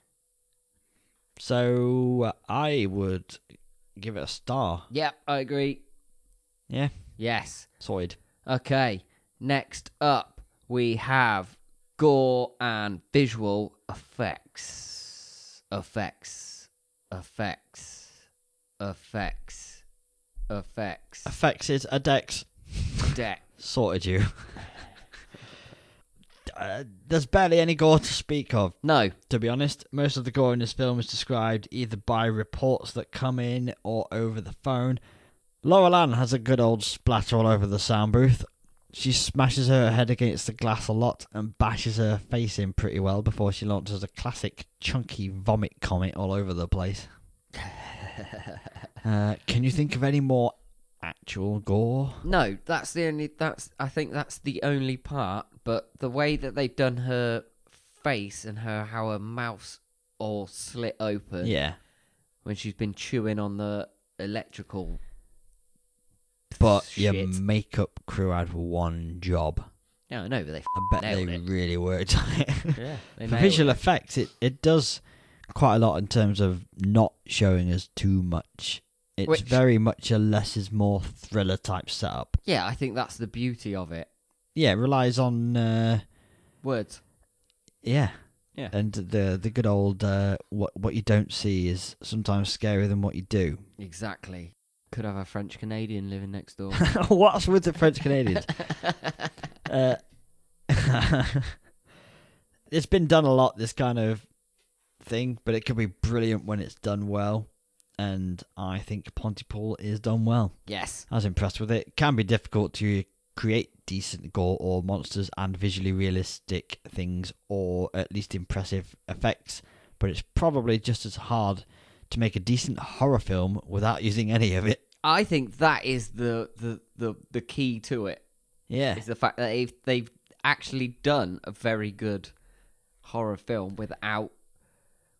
So uh, I would give it a star. Yep, I agree. Yeah, Yes. Soid. Okay. Next up, we have gore and visual effects. Effects. Effects. Effects. Effects. Affected a Dex. Deck. Sorted you. (laughs) uh, there's barely any gore to speak of. No. to be honest. Most of the gore in this film is described either by reports that come in or over the phone. Laurel Ann has a good old splatter all over the sound booth. She smashes her head against the glass a lot and bashes her face in pretty well before she launches a classic chunky vomit comet all over the (laughs) place. uh, can you think of any more actual gore? No, that's the only that's I think that's the only part, but the way that they've done her face and her how her mouth's all slit open Yeah. when she's been chewing on the electrical But your Shit. makeup crew had one job. No, no, but they I bet nailed they it. really worked on it. (laughs) Yeah, they for nailed visual it. effects, it, it does quite a lot in terms of not showing us too much. It's Which- very much a less is more thriller type setup. Yeah, I think that's the beauty of it. Yeah, it relies on uh, Words. yeah, Yeah. and the the good old uh, what what you don't see is sometimes scarier than what you do. Exactly. Could have a French Canadian living next door. (laughs) What's with the French Canadians? uh, (laughs) it's been done a lot, this kind of thing, but it can be brilliant when it's done well. And I think Pontypool is done well. yes. I was impressed with it. Can be difficult to create decent gore or monsters and visually realistic things, or at least impressive effects. but it's probably just as hard to make a decent horror film without using any of it. I think that is the the the, the key to it Yeah. is the fact that they've they've actually done a very good horror film without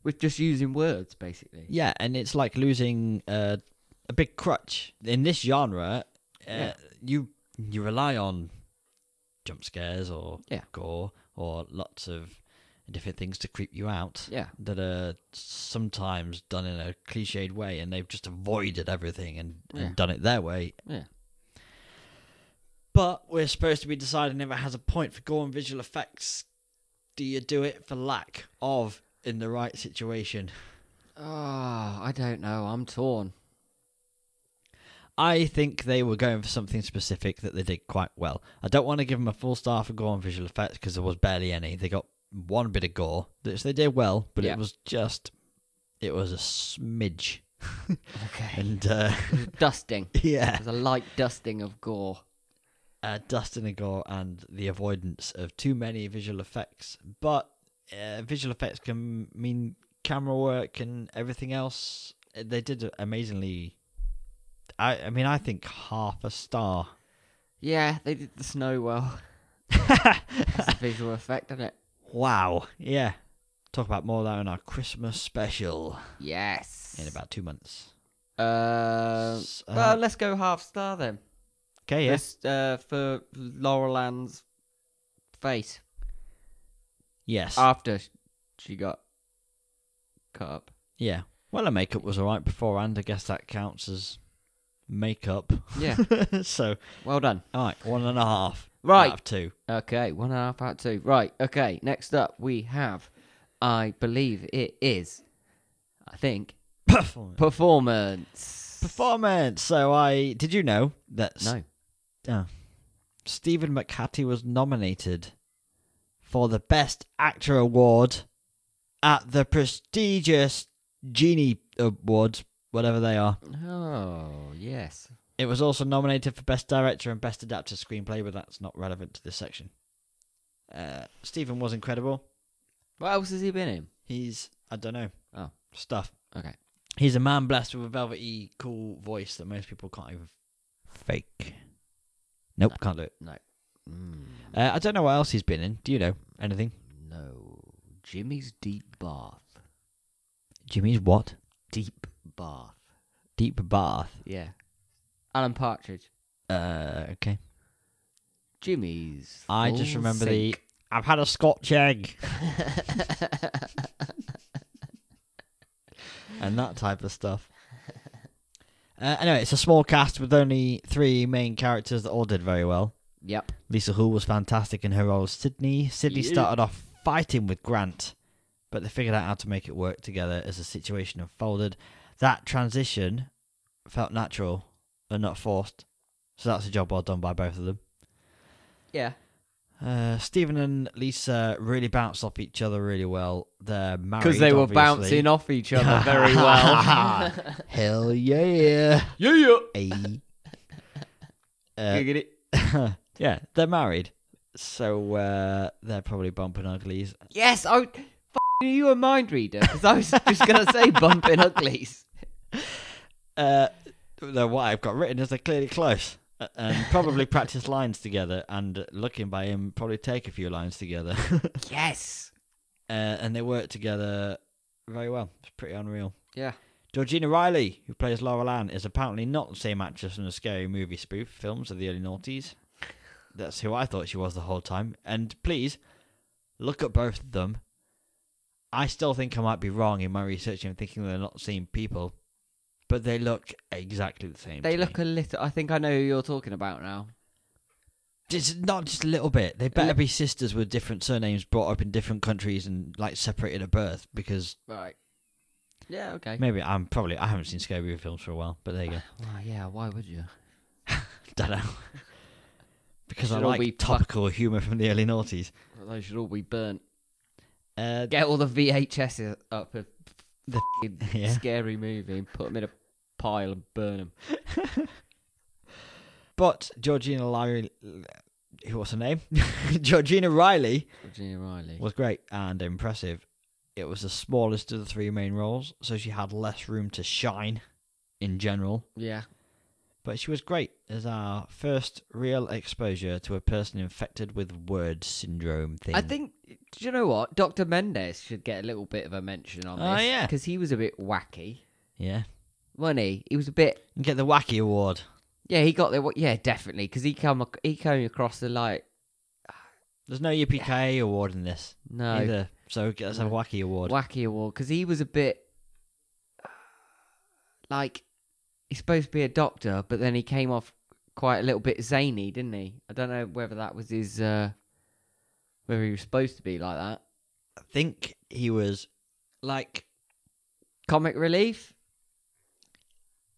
with just using words basically. Yeah, and it's like losing uh, a big crutch in this genre. Uh, Yeah. You you rely on jump scares or Yeah. gore or lots of different things to creep you out. Yeah. that are sometimes done in a cliched way, and they've just avoided everything and, Yeah. and done it their way. Yeah. But we're supposed to be deciding if it has a point for gore and visual effects. Do you do it for lack of in the right situation? Oh, I don't know. I'm torn. I think they were going for something specific that they did quite well. I don't want to give them a full star for gore and visual effects because there was barely any. They got one bit of gore, which they did well, but Yeah. it was just, it was a smidge. Okay. And uh, (laughs) dusting. yeah, There's a light dusting of gore. uh, Dustin and Gore and the avoidance of too many visual effects. But uh, visual effects can mean camera work and everything else. Uh, They did amazingly. I, I mean, I think half a star. Yeah, they did the snow well. That's a visual effect, isn't it? Wow. Yeah. Talk about more of that in our Christmas special Yes. in about two months. Uh, S- uh, well, let's go half star then. okay, yeah. Yes. uh, for Laurel Ann's face Yes. after sh- she got cut up. yeah. Well, her makeup was all right beforehand. I guess that counts as makeup. Yeah. (laughs) so, well done. all right, one and a half. Right. Out of two. Okay, one and a half out two. Right. Okay. Next up, we have, I believe it is, I think, Performance. performance. Performance. So, I did you know that No. Stephen McHattie was nominated for the Best Actor Award at the prestigious Genie Awards, whatever they are. Oh yes. It was also nominated for Best Director and Best Adapted Screenplay, but that's not relevant to this section. Uh, Stephen was incredible. What else has he been in? He's, I don't know, Oh. stuff. Okay. He's a man blessed with a velvety, cool voice that most people can't even fake. Nope, can't do it. No. Mm, Uh, I don't know what else he's been in. Do you know anything? no. Jimmy's deep bath. Jimmy's what? Deep bath. Deep Bath. Yeah. Alan Partridge. Uh, okay. Jimmy's. I just full remember the. sink. I've had a Scotch egg and that type (laughs) of stuff. Uh, anyway, it's a small cast with only three main characters that all did very well. (laughs) yep. Lisa Hull was fantastic in her role as Sydney. Sydney Yeah. started off fighting with Grant, but they figured out how to make it work together as the situation unfolded. That transition felt natural and not forced, so that's a job well done by both of them. Yeah. Uh, Stephen and Lisa really bounced off each other really well. They're married Because they were obviously. bouncing off each other (laughs) very well. (laughs) Hell yeah! yeah, yeah. Ay. Giggity. uh, (laughs) yeah, they're married, so uh, they're probably bumping uglies. Yes, I. F- are you a mind reader? Because I was just gonna (laughs) say bumping uglies. Uh, though what I've got written is they're clearly close uh, and probably practice lines together. And looking by him, probably take a few lines together. (laughs) Yes. uh, and they work together very well. It's pretty unreal. Yeah. Georgina Riley, who plays Laurel Ann, is apparently not the same actress from the scary movie spoof films of the early noughties. That's who I thought she was the whole time. And please, look at both of them. I still think I might be wrong in my research and thinking they're not the same people, but they look exactly the same. They to look Me. a little. I think I know who you're talking about now. Just, not just a little bit. They better be sisters with different surnames, brought up in different countries, and like separated at birth. Because Right. Yeah. Okay. maybe I'm probably I haven't seen scary movie films for a while, but there you go. Well, yeah. Why would you? Don't know. (laughs) because I Should all like be fuck- topical humour from the early noughties. They should all be burnt. Uh, Get all the VHSs up of The- the (laughs) yeah. scary movie and put them in a pile and burn them. but Georgina Riley, who what's her name? (laughs) Georgina Riley Virginia Riley. was great and impressive It was the smallest of the three main roles, so she had less room to shine in general. Yeah. But she was great as our first real exposure to a person infected with word syndrome thing. I think, do you know what? Dr. Mendes should get a little bit of a mention on Oh, this. yeah. Because he was a bit wacky. Yeah. Wasn't he? He was a bit. And get the Wacky Award. Yeah, he got the. Yeah, definitely. Because he, come ac- he came across the like. There's no UPKA award in this No. either. So that's a No. Wacky Award. Wacky award because he was a bit like he's supposed to be a doctor, but then he came off quite a little bit zany, didn't he? I don't know whether that was his uh, whether he was supposed to be like that. I think he was like Comic relief.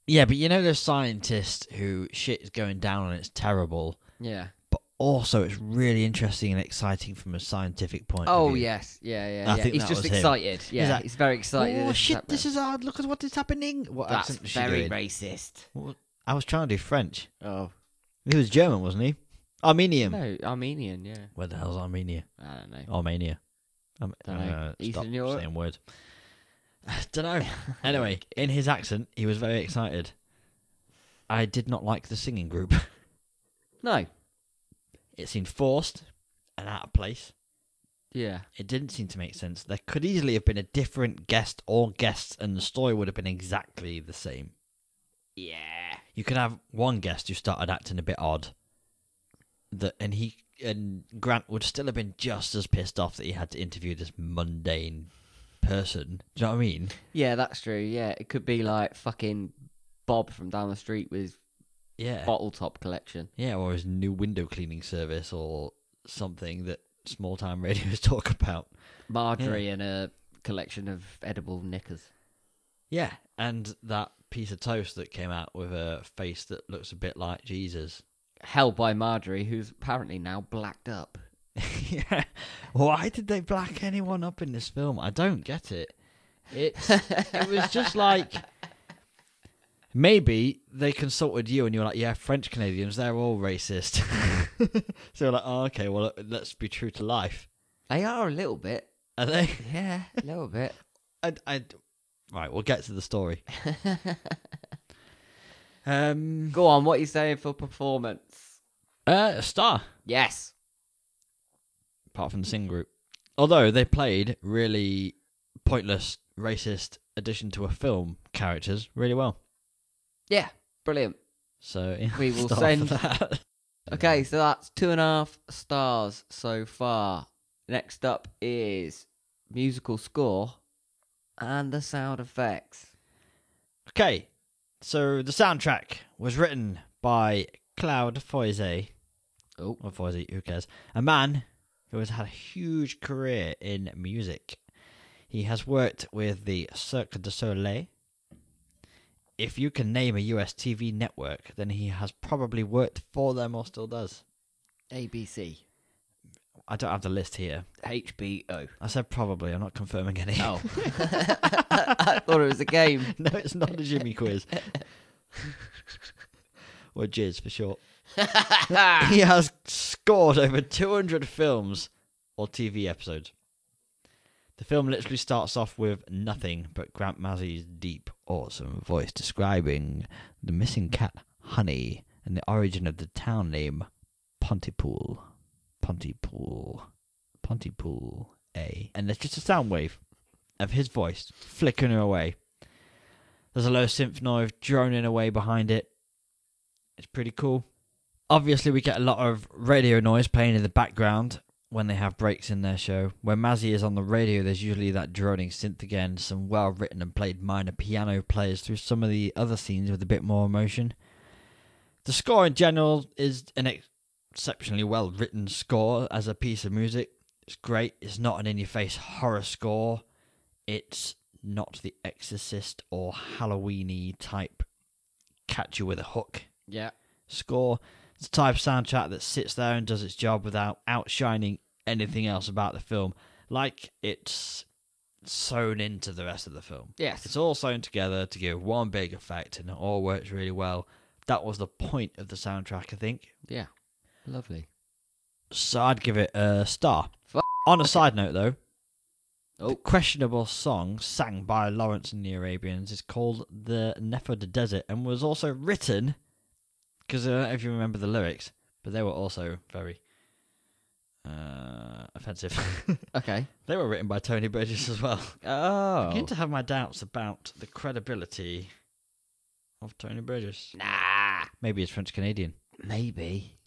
Yeah, but you know those scientists who shit is going down and it's terrible, Yeah. but also it's really interesting and exciting from a scientific point of Oh view. yes. Yeah. Yeah. I yeah. think he's that just was him. excited. Yeah. like, he's very excited. Oh this is shit, happening." this is hard. Look at what is happening. What That's accent was she very doing? racist. What- I was trying to do French. Oh He was German, wasn't he? Armenian. no, Armenian. Yeah. Where the hell's Armenia? I don't know. Armenia. Um, Dunno. uh, Eastern stop Europe? (laughs) saying words. Don't know. Anyway, in his accent, he was very excited. I did not like the singing group. No. It seemed forced and out of place. Yeah. It didn't seem to make sense. There could easily have been a different guest or guests, and the story would have been exactly the same. Yeah. You could have one guest who started acting a bit odd, that and he and Grant would still have been just as pissed off that he had to interview this mundane person. Do you know what I mean? Yeah, that's true. Yeah, it could be like fucking Bob from down the street with his Yeah, bottle top collection. yeah, or his new window cleaning service or something that small time (laughs) radios talk about. Marjorie and a collection of edible knickers. Yeah, and that piece of toast that came out with a face that looks a bit like Jesus. (laughs) Held by Marjorie, who's apparently now blacked up. yeah. Why did they black anyone up in this film? I don't get it. It's it was just like maybe they consulted you and you were like, yeah, French Canadians, they're all racist. (laughs) so you're like, oh, okay, well, let's be true to life. They are a little bit. Are they? Yeah, a little bit. I, I, right, we'll get to the story. um, Go on, what are you saying for performance? uh, star. Yes. apart from the sing group. Although they played really pointless, racist addition to a film characters really well. Yeah, brilliant. So (laughs) yeah, We will start send- for that. Okay, so that's two and a half stars so far. Next up is musical score and the sound effects. Okay, so the soundtrack was written by Cloud Foise. Oh. or Foise, who cares? A man who has had a huge career in music. He has worked with the Cirque du Soleil. If you can name a US TV network, then he has probably worked for them or still does. ABC. I don't have the list here. HBO. I said probably. I'm not confirming any. Oh. I thought it was a game. (laughs) no, it's not a Jimmy quiz. or Jizz for short. (laughs) he has scored over 200 films or TV episodes. The film literally starts off with nothing but Grant Massey's deep, awesome voice describing the missing cat, Honey, and the origin of the town name, Pontypool. Pontypool. Pontypool, eh? And there's just a sound wave of his voice flickering away. There's a low synth noise droning away behind it. It's pretty cool. Obviously, we get a lot of radio noise playing in the background when they have breaks in their show. When Mazzy is on the radio, there's usually that droning synth again, some well written and played minor piano plays through some of the other scenes with a bit more emotion. The score in general is an ex- exceptionally well written score as a piece of music. It's great. It's not an in your face horror score. It's not the Exorcist or Halloweeny type catch you with a hook (laughs) Yeah. score. It's the type of soundtrack that sits there and does its job without outshining anything else about the film. Like it's sewn into the rest of the film. Yes. It's all sewn together to give one big effect and it all works really well. That was the point of the soundtrack, I think. yeah. Lovely. So I'd give it a star. Fu- On a side note though, Oh. The questionable song sang by Lawrence and the Arabians is called The Nefer de Desert and was also written, because I don't know if you remember the lyrics, but they were also very uh, (laughs) offensive. Okay. they were written by Tony Burgess as well. I Oh. begin to have my doubts about the credibility of Tony Burgess. Nah. Maybe he's French Canadian. Maybe.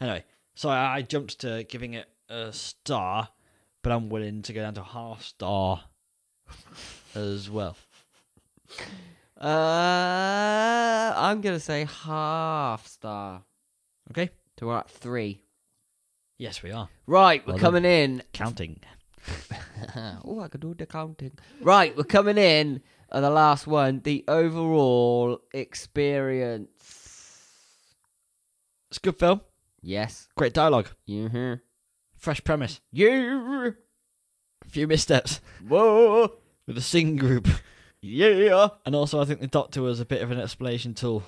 anyway, so I, I jumped to giving it a star, but I'm willing to go down to half star as well. Uh, I'm gonna say half star. Okay. So we're at three. Yes, we are Right, we're Well coming (laughs) in. counting. oh, I can do the counting. Right, we're coming in. at the last one, the overall experience. It's a good film. Yes. Great dialogue. Mm-hmm. Fresh premise. Yeah. Few missteps Whoa. with a singing group. Yeah. And also, I think the Doctor was a bit of an explanation tool.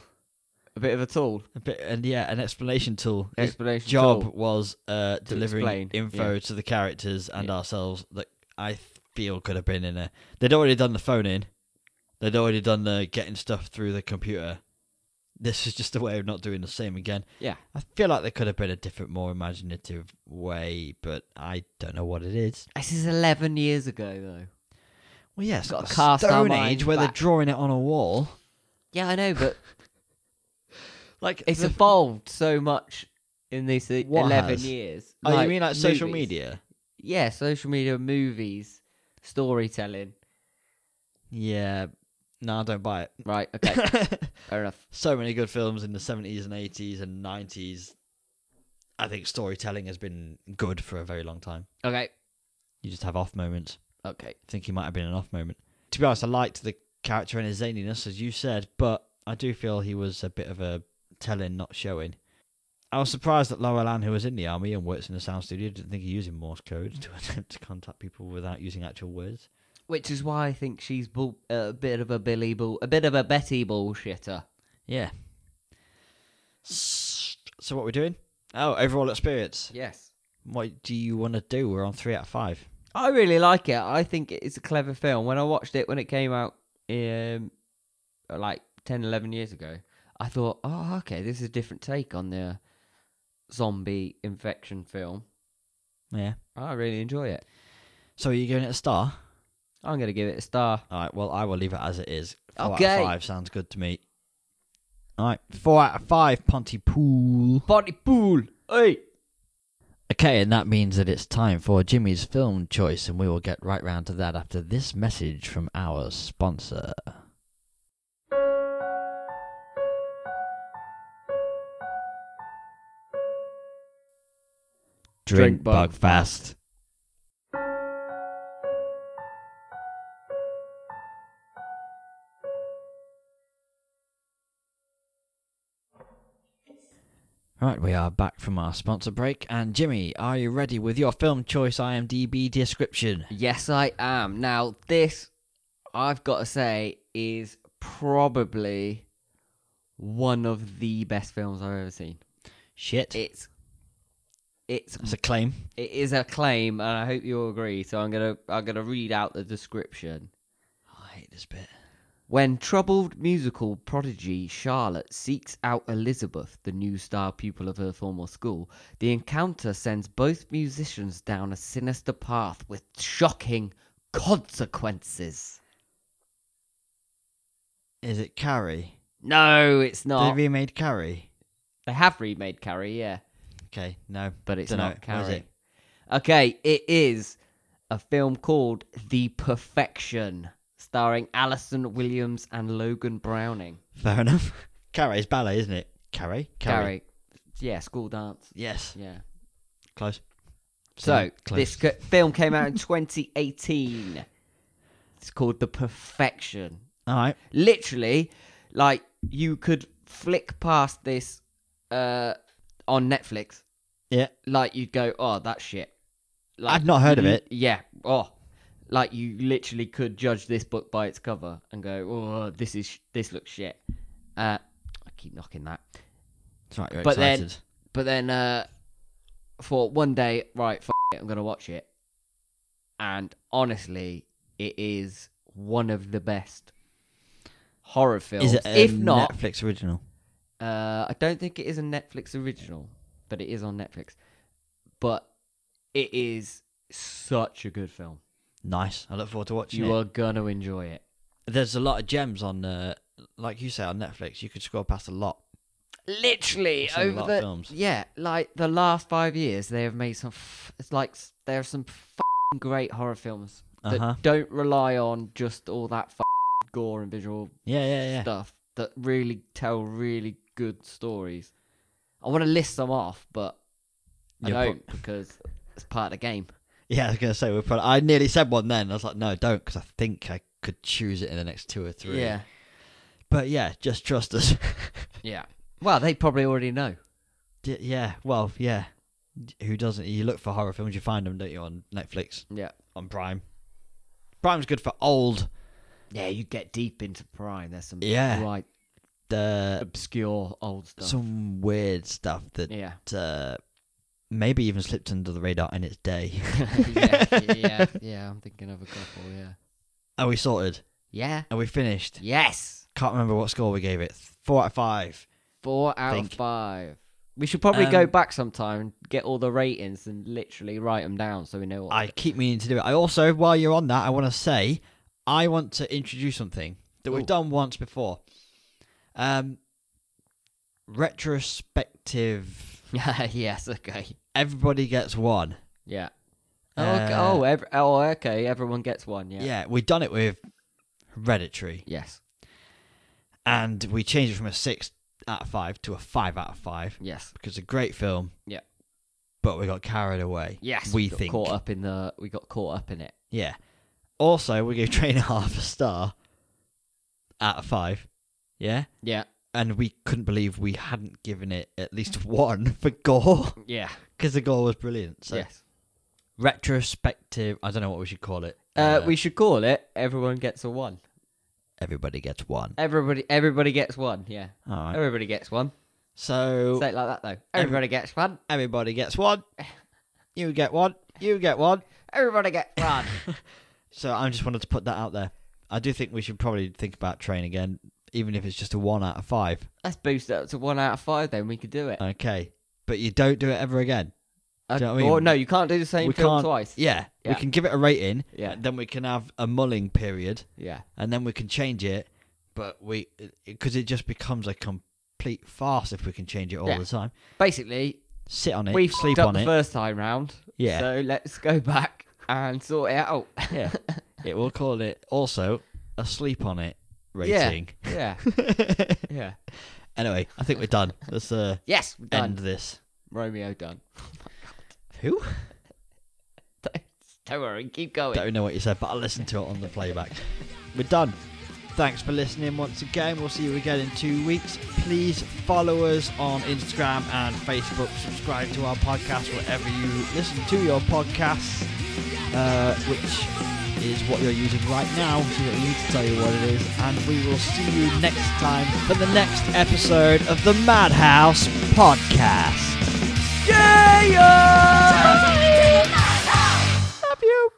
A bit of a tool. A bit, and yeah, an explanation tool. His Explanation job tool. was uh, delivering explain, info yeah. to the characters and Yeah. ourselves that I th- feel could have been in there. They'd already done the phone in. They'd already done the getting stuff through the computer. This is just a way of not doing the same again. Yeah. I feel like there could have been a different, more imaginative way, but I don't know what it is. This is 11 years ago, though. Well, yes, Gotta a cast our Stone minds Age where back. they're drawing it on a wall. Yeah, I know, but (laughs) Like it's the- evolved so much in these uh, What 11 has? years. Oh, you mean like social movies. media? Yeah, social media, movies, storytelling. Yeah. No, I don't buy it. Right, (laughs) okay, fair enough. so many good films in the 70s and 80s and 90s. I think storytelling has been good for a very long time. Okay, You just have off moments. okay. I think he might have been an off moment. To be honest, I liked the character and his zaniness, as you said, but I do feel he was a bit of a telling, not showing. I was surprised that Laura Ann, who was in the army and works in the sound studio, didn't think of using Morse code (laughs) to attempt to contact people without using actual words. Which is why I think she's bull- uh, a bit of a Billy Bull, a bit of a Betty bullshitter. Yeah. S- So what we're doing? Oh, overall experience. Yes. What do you want to do? We're on three out of five. I really like it. I think it's a clever film. When I watched it when it came out um like 10 11 years ago, I thought, "Oh, okay, this is a different take on the zombie infection film." Yeah. I really enjoy it. So are you giving it a star? I'm going to give it a star. All right. Well, I will leave it as it is. Four out Okay. of five sounds good to me. All right. Four out of five. Pontypool. Body pool. Hey. Okay, and that means that it's time for Jimmy's film choice, and we will get right round to that after this message from our sponsor. Drink bug fast. Right, we are back from our sponsor break, and Jimmy, are you ready with your film choice IMDb description? Yes, I am. Now, this, I've got to say, is probably one of the best films I've ever seen. Shit, It's it's that's a claim. it is a claim, and I hope you'll agree. So I'm gonna I'm gonna read out the description. I hate this bit. When troubled musical prodigy Charlotte seeks out Elizabeth, the new star pupil of her former school, the encounter sends both musicians down a sinister path with shocking consequences. Is it Carrie? No, it's not. They remade Carrie. They have remade Carrie, yeah, Okay, no, but it's dunno, not what Carrie. is it? Okay, it is a film called The Perfection, starring Alison Williams and Logan Browning. Fair enough. (laughs) Carrie's ballet, isn't it? Carrie. Carrie. Carrie, yeah, school dance, Yes. yeah. Close. So Close. this co- film came out in 2018. It's called The Perfection. All right. literally like you could flick past this uh on netflix Yeah. like you'd go oh that shit I'd not heard of you- it. yeah oh like you literally could judge this book by its cover and go oh this is sh- this looks shit uh i keep knocking that That's right. You're But then- excited. but then uh for one day right f- it, i'm gonna watch it and honestly, it is one of the best horror films. Is it a if not, Netflix original? uh, I don't think it is a Netflix original, but it is on Netflix. But it is such a good film. Nice. I look forward to watching You it. are gonna enjoy it. There's a lot of gems on, uh, like you say, on Netflix. You could scroll past a lot. Literally I've seen a over lot the of films. yeah, like the last five years, they have made some. F- it's like s- there are some f- great horror films that Uh-huh. don't rely on just all that f- gore and visual Yeah, yeah, yeah. stuff that really tell really good stories. I want to list them off, but I Yeah, don't because it's part of the game. Yeah, I was gonna say we're probably, I nearly said one then. I was like, no, don't, because I think I could choose it in the next two or three. Yeah, but yeah, just trust us. (laughs) yeah. Well, they probably already know. D- yeah, well, yeah. Who doesn't? You look for horror films, you find them, don't you, on Netflix, Yeah, on Prime. Prime's good for old, yeah. You get deep into Prime. There's some Yeah. right uh, obscure old stuff. some weird stuff that yeah. uh, maybe even slipped under the radar in its day. (laughs) (laughs) yeah, yeah, yeah. I'm thinking of a couple. Yeah. Are we sorted? Yeah. Are we finished? Yes. Can't remember what score we gave it. Four out of five. Four out Think. of five. We should probably go Um, back sometime and get all the ratings and literally write them down so we know what. I keep meaning to do it. I also, while you're on that, I want to say I want to introduce something that we've Ooh. done once before. Um, retrospective. (laughs) yes. Okay. Everybody gets one. Yeah. oh, okay. Uh, oh, ev- oh, okay. Everyone gets one. Yeah. Yeah. we've done it with Hereditary, Yes. and we changed it from a six out of five to a five out of five Yes. because it's a great film. Yeah. but we got carried away. Yes. we got think. caught up in the. We got caught up in it. Yeah. Also, we gave Train (laughs) half a star out of five. Yeah. Yeah. and we couldn't believe we hadn't given it at least (laughs) one for gore Yeah. because the gore was brilliant. So yes. retrospective, I don't know what we should call it. Uh, we should call it. Everyone gets a one. everybody gets one. Everybody. Everybody gets one. Yeah. All right. Everybody gets one. So Say it like that though. Everybody gets one. everybody gets one. (laughs) You get one. You get one. Everybody gets (laughs) one. So I just wanted to put that out there. I do think we should probably think about train again, even if it's just a one out of five. Let's boost it up to one out of five. Then we could do it. Okay, but you don't do it ever again. Uh, Uh, do you know what I mean? Or no, you can't do the same we film can't. twice. Yeah, we Yeah. can give it a rating. Yeah. then we can have a mulling period. Yeah. and then we can change it. But we, because it just becomes a complete farce if we can change it all Yeah. the time. Basically, Sit on it, we sleep sleep up on the it. first time round. Yeah. So let's go back and sort it out. (laughs) Yeah, it will call it also a sleep on it rating. (laughs) (laughs) yeah. Yeah. anyway, I think we're done. Let's uh, Yes. We're done. end this. Romeo done. (laughs) Who? Don't worry. Keep going. Don't know what you said, but I listened to it on the playback. We're done. Thanks for listening once again. We'll see you again in two weeks. Please follow us on Instagram and Facebook. Subscribe to our podcast wherever you listen to your podcasts, uh, which is what you're using right now. So we don't need to tell you what it is. And we will see you next time for the next episode of the Madhouse Podcast. Love you.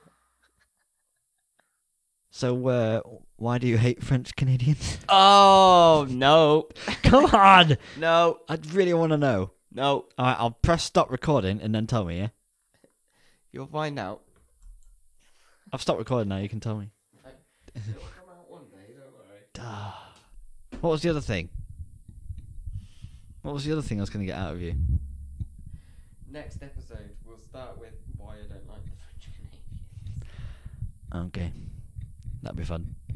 So, uh, why do you hate French Canadians? (laughs) Oh no. Come on! No. I really want to know. No. All right, Oh, I'll press stop recording and then tell me, yeah? You'll find out. I've stopped recording now, you can tell me. Come out one day. Don't worry. What was the other thing? What was the other thing I was going to get out of you? Next episode, we'll start with why I don't like the French Canadian. Okay. That'd be fun.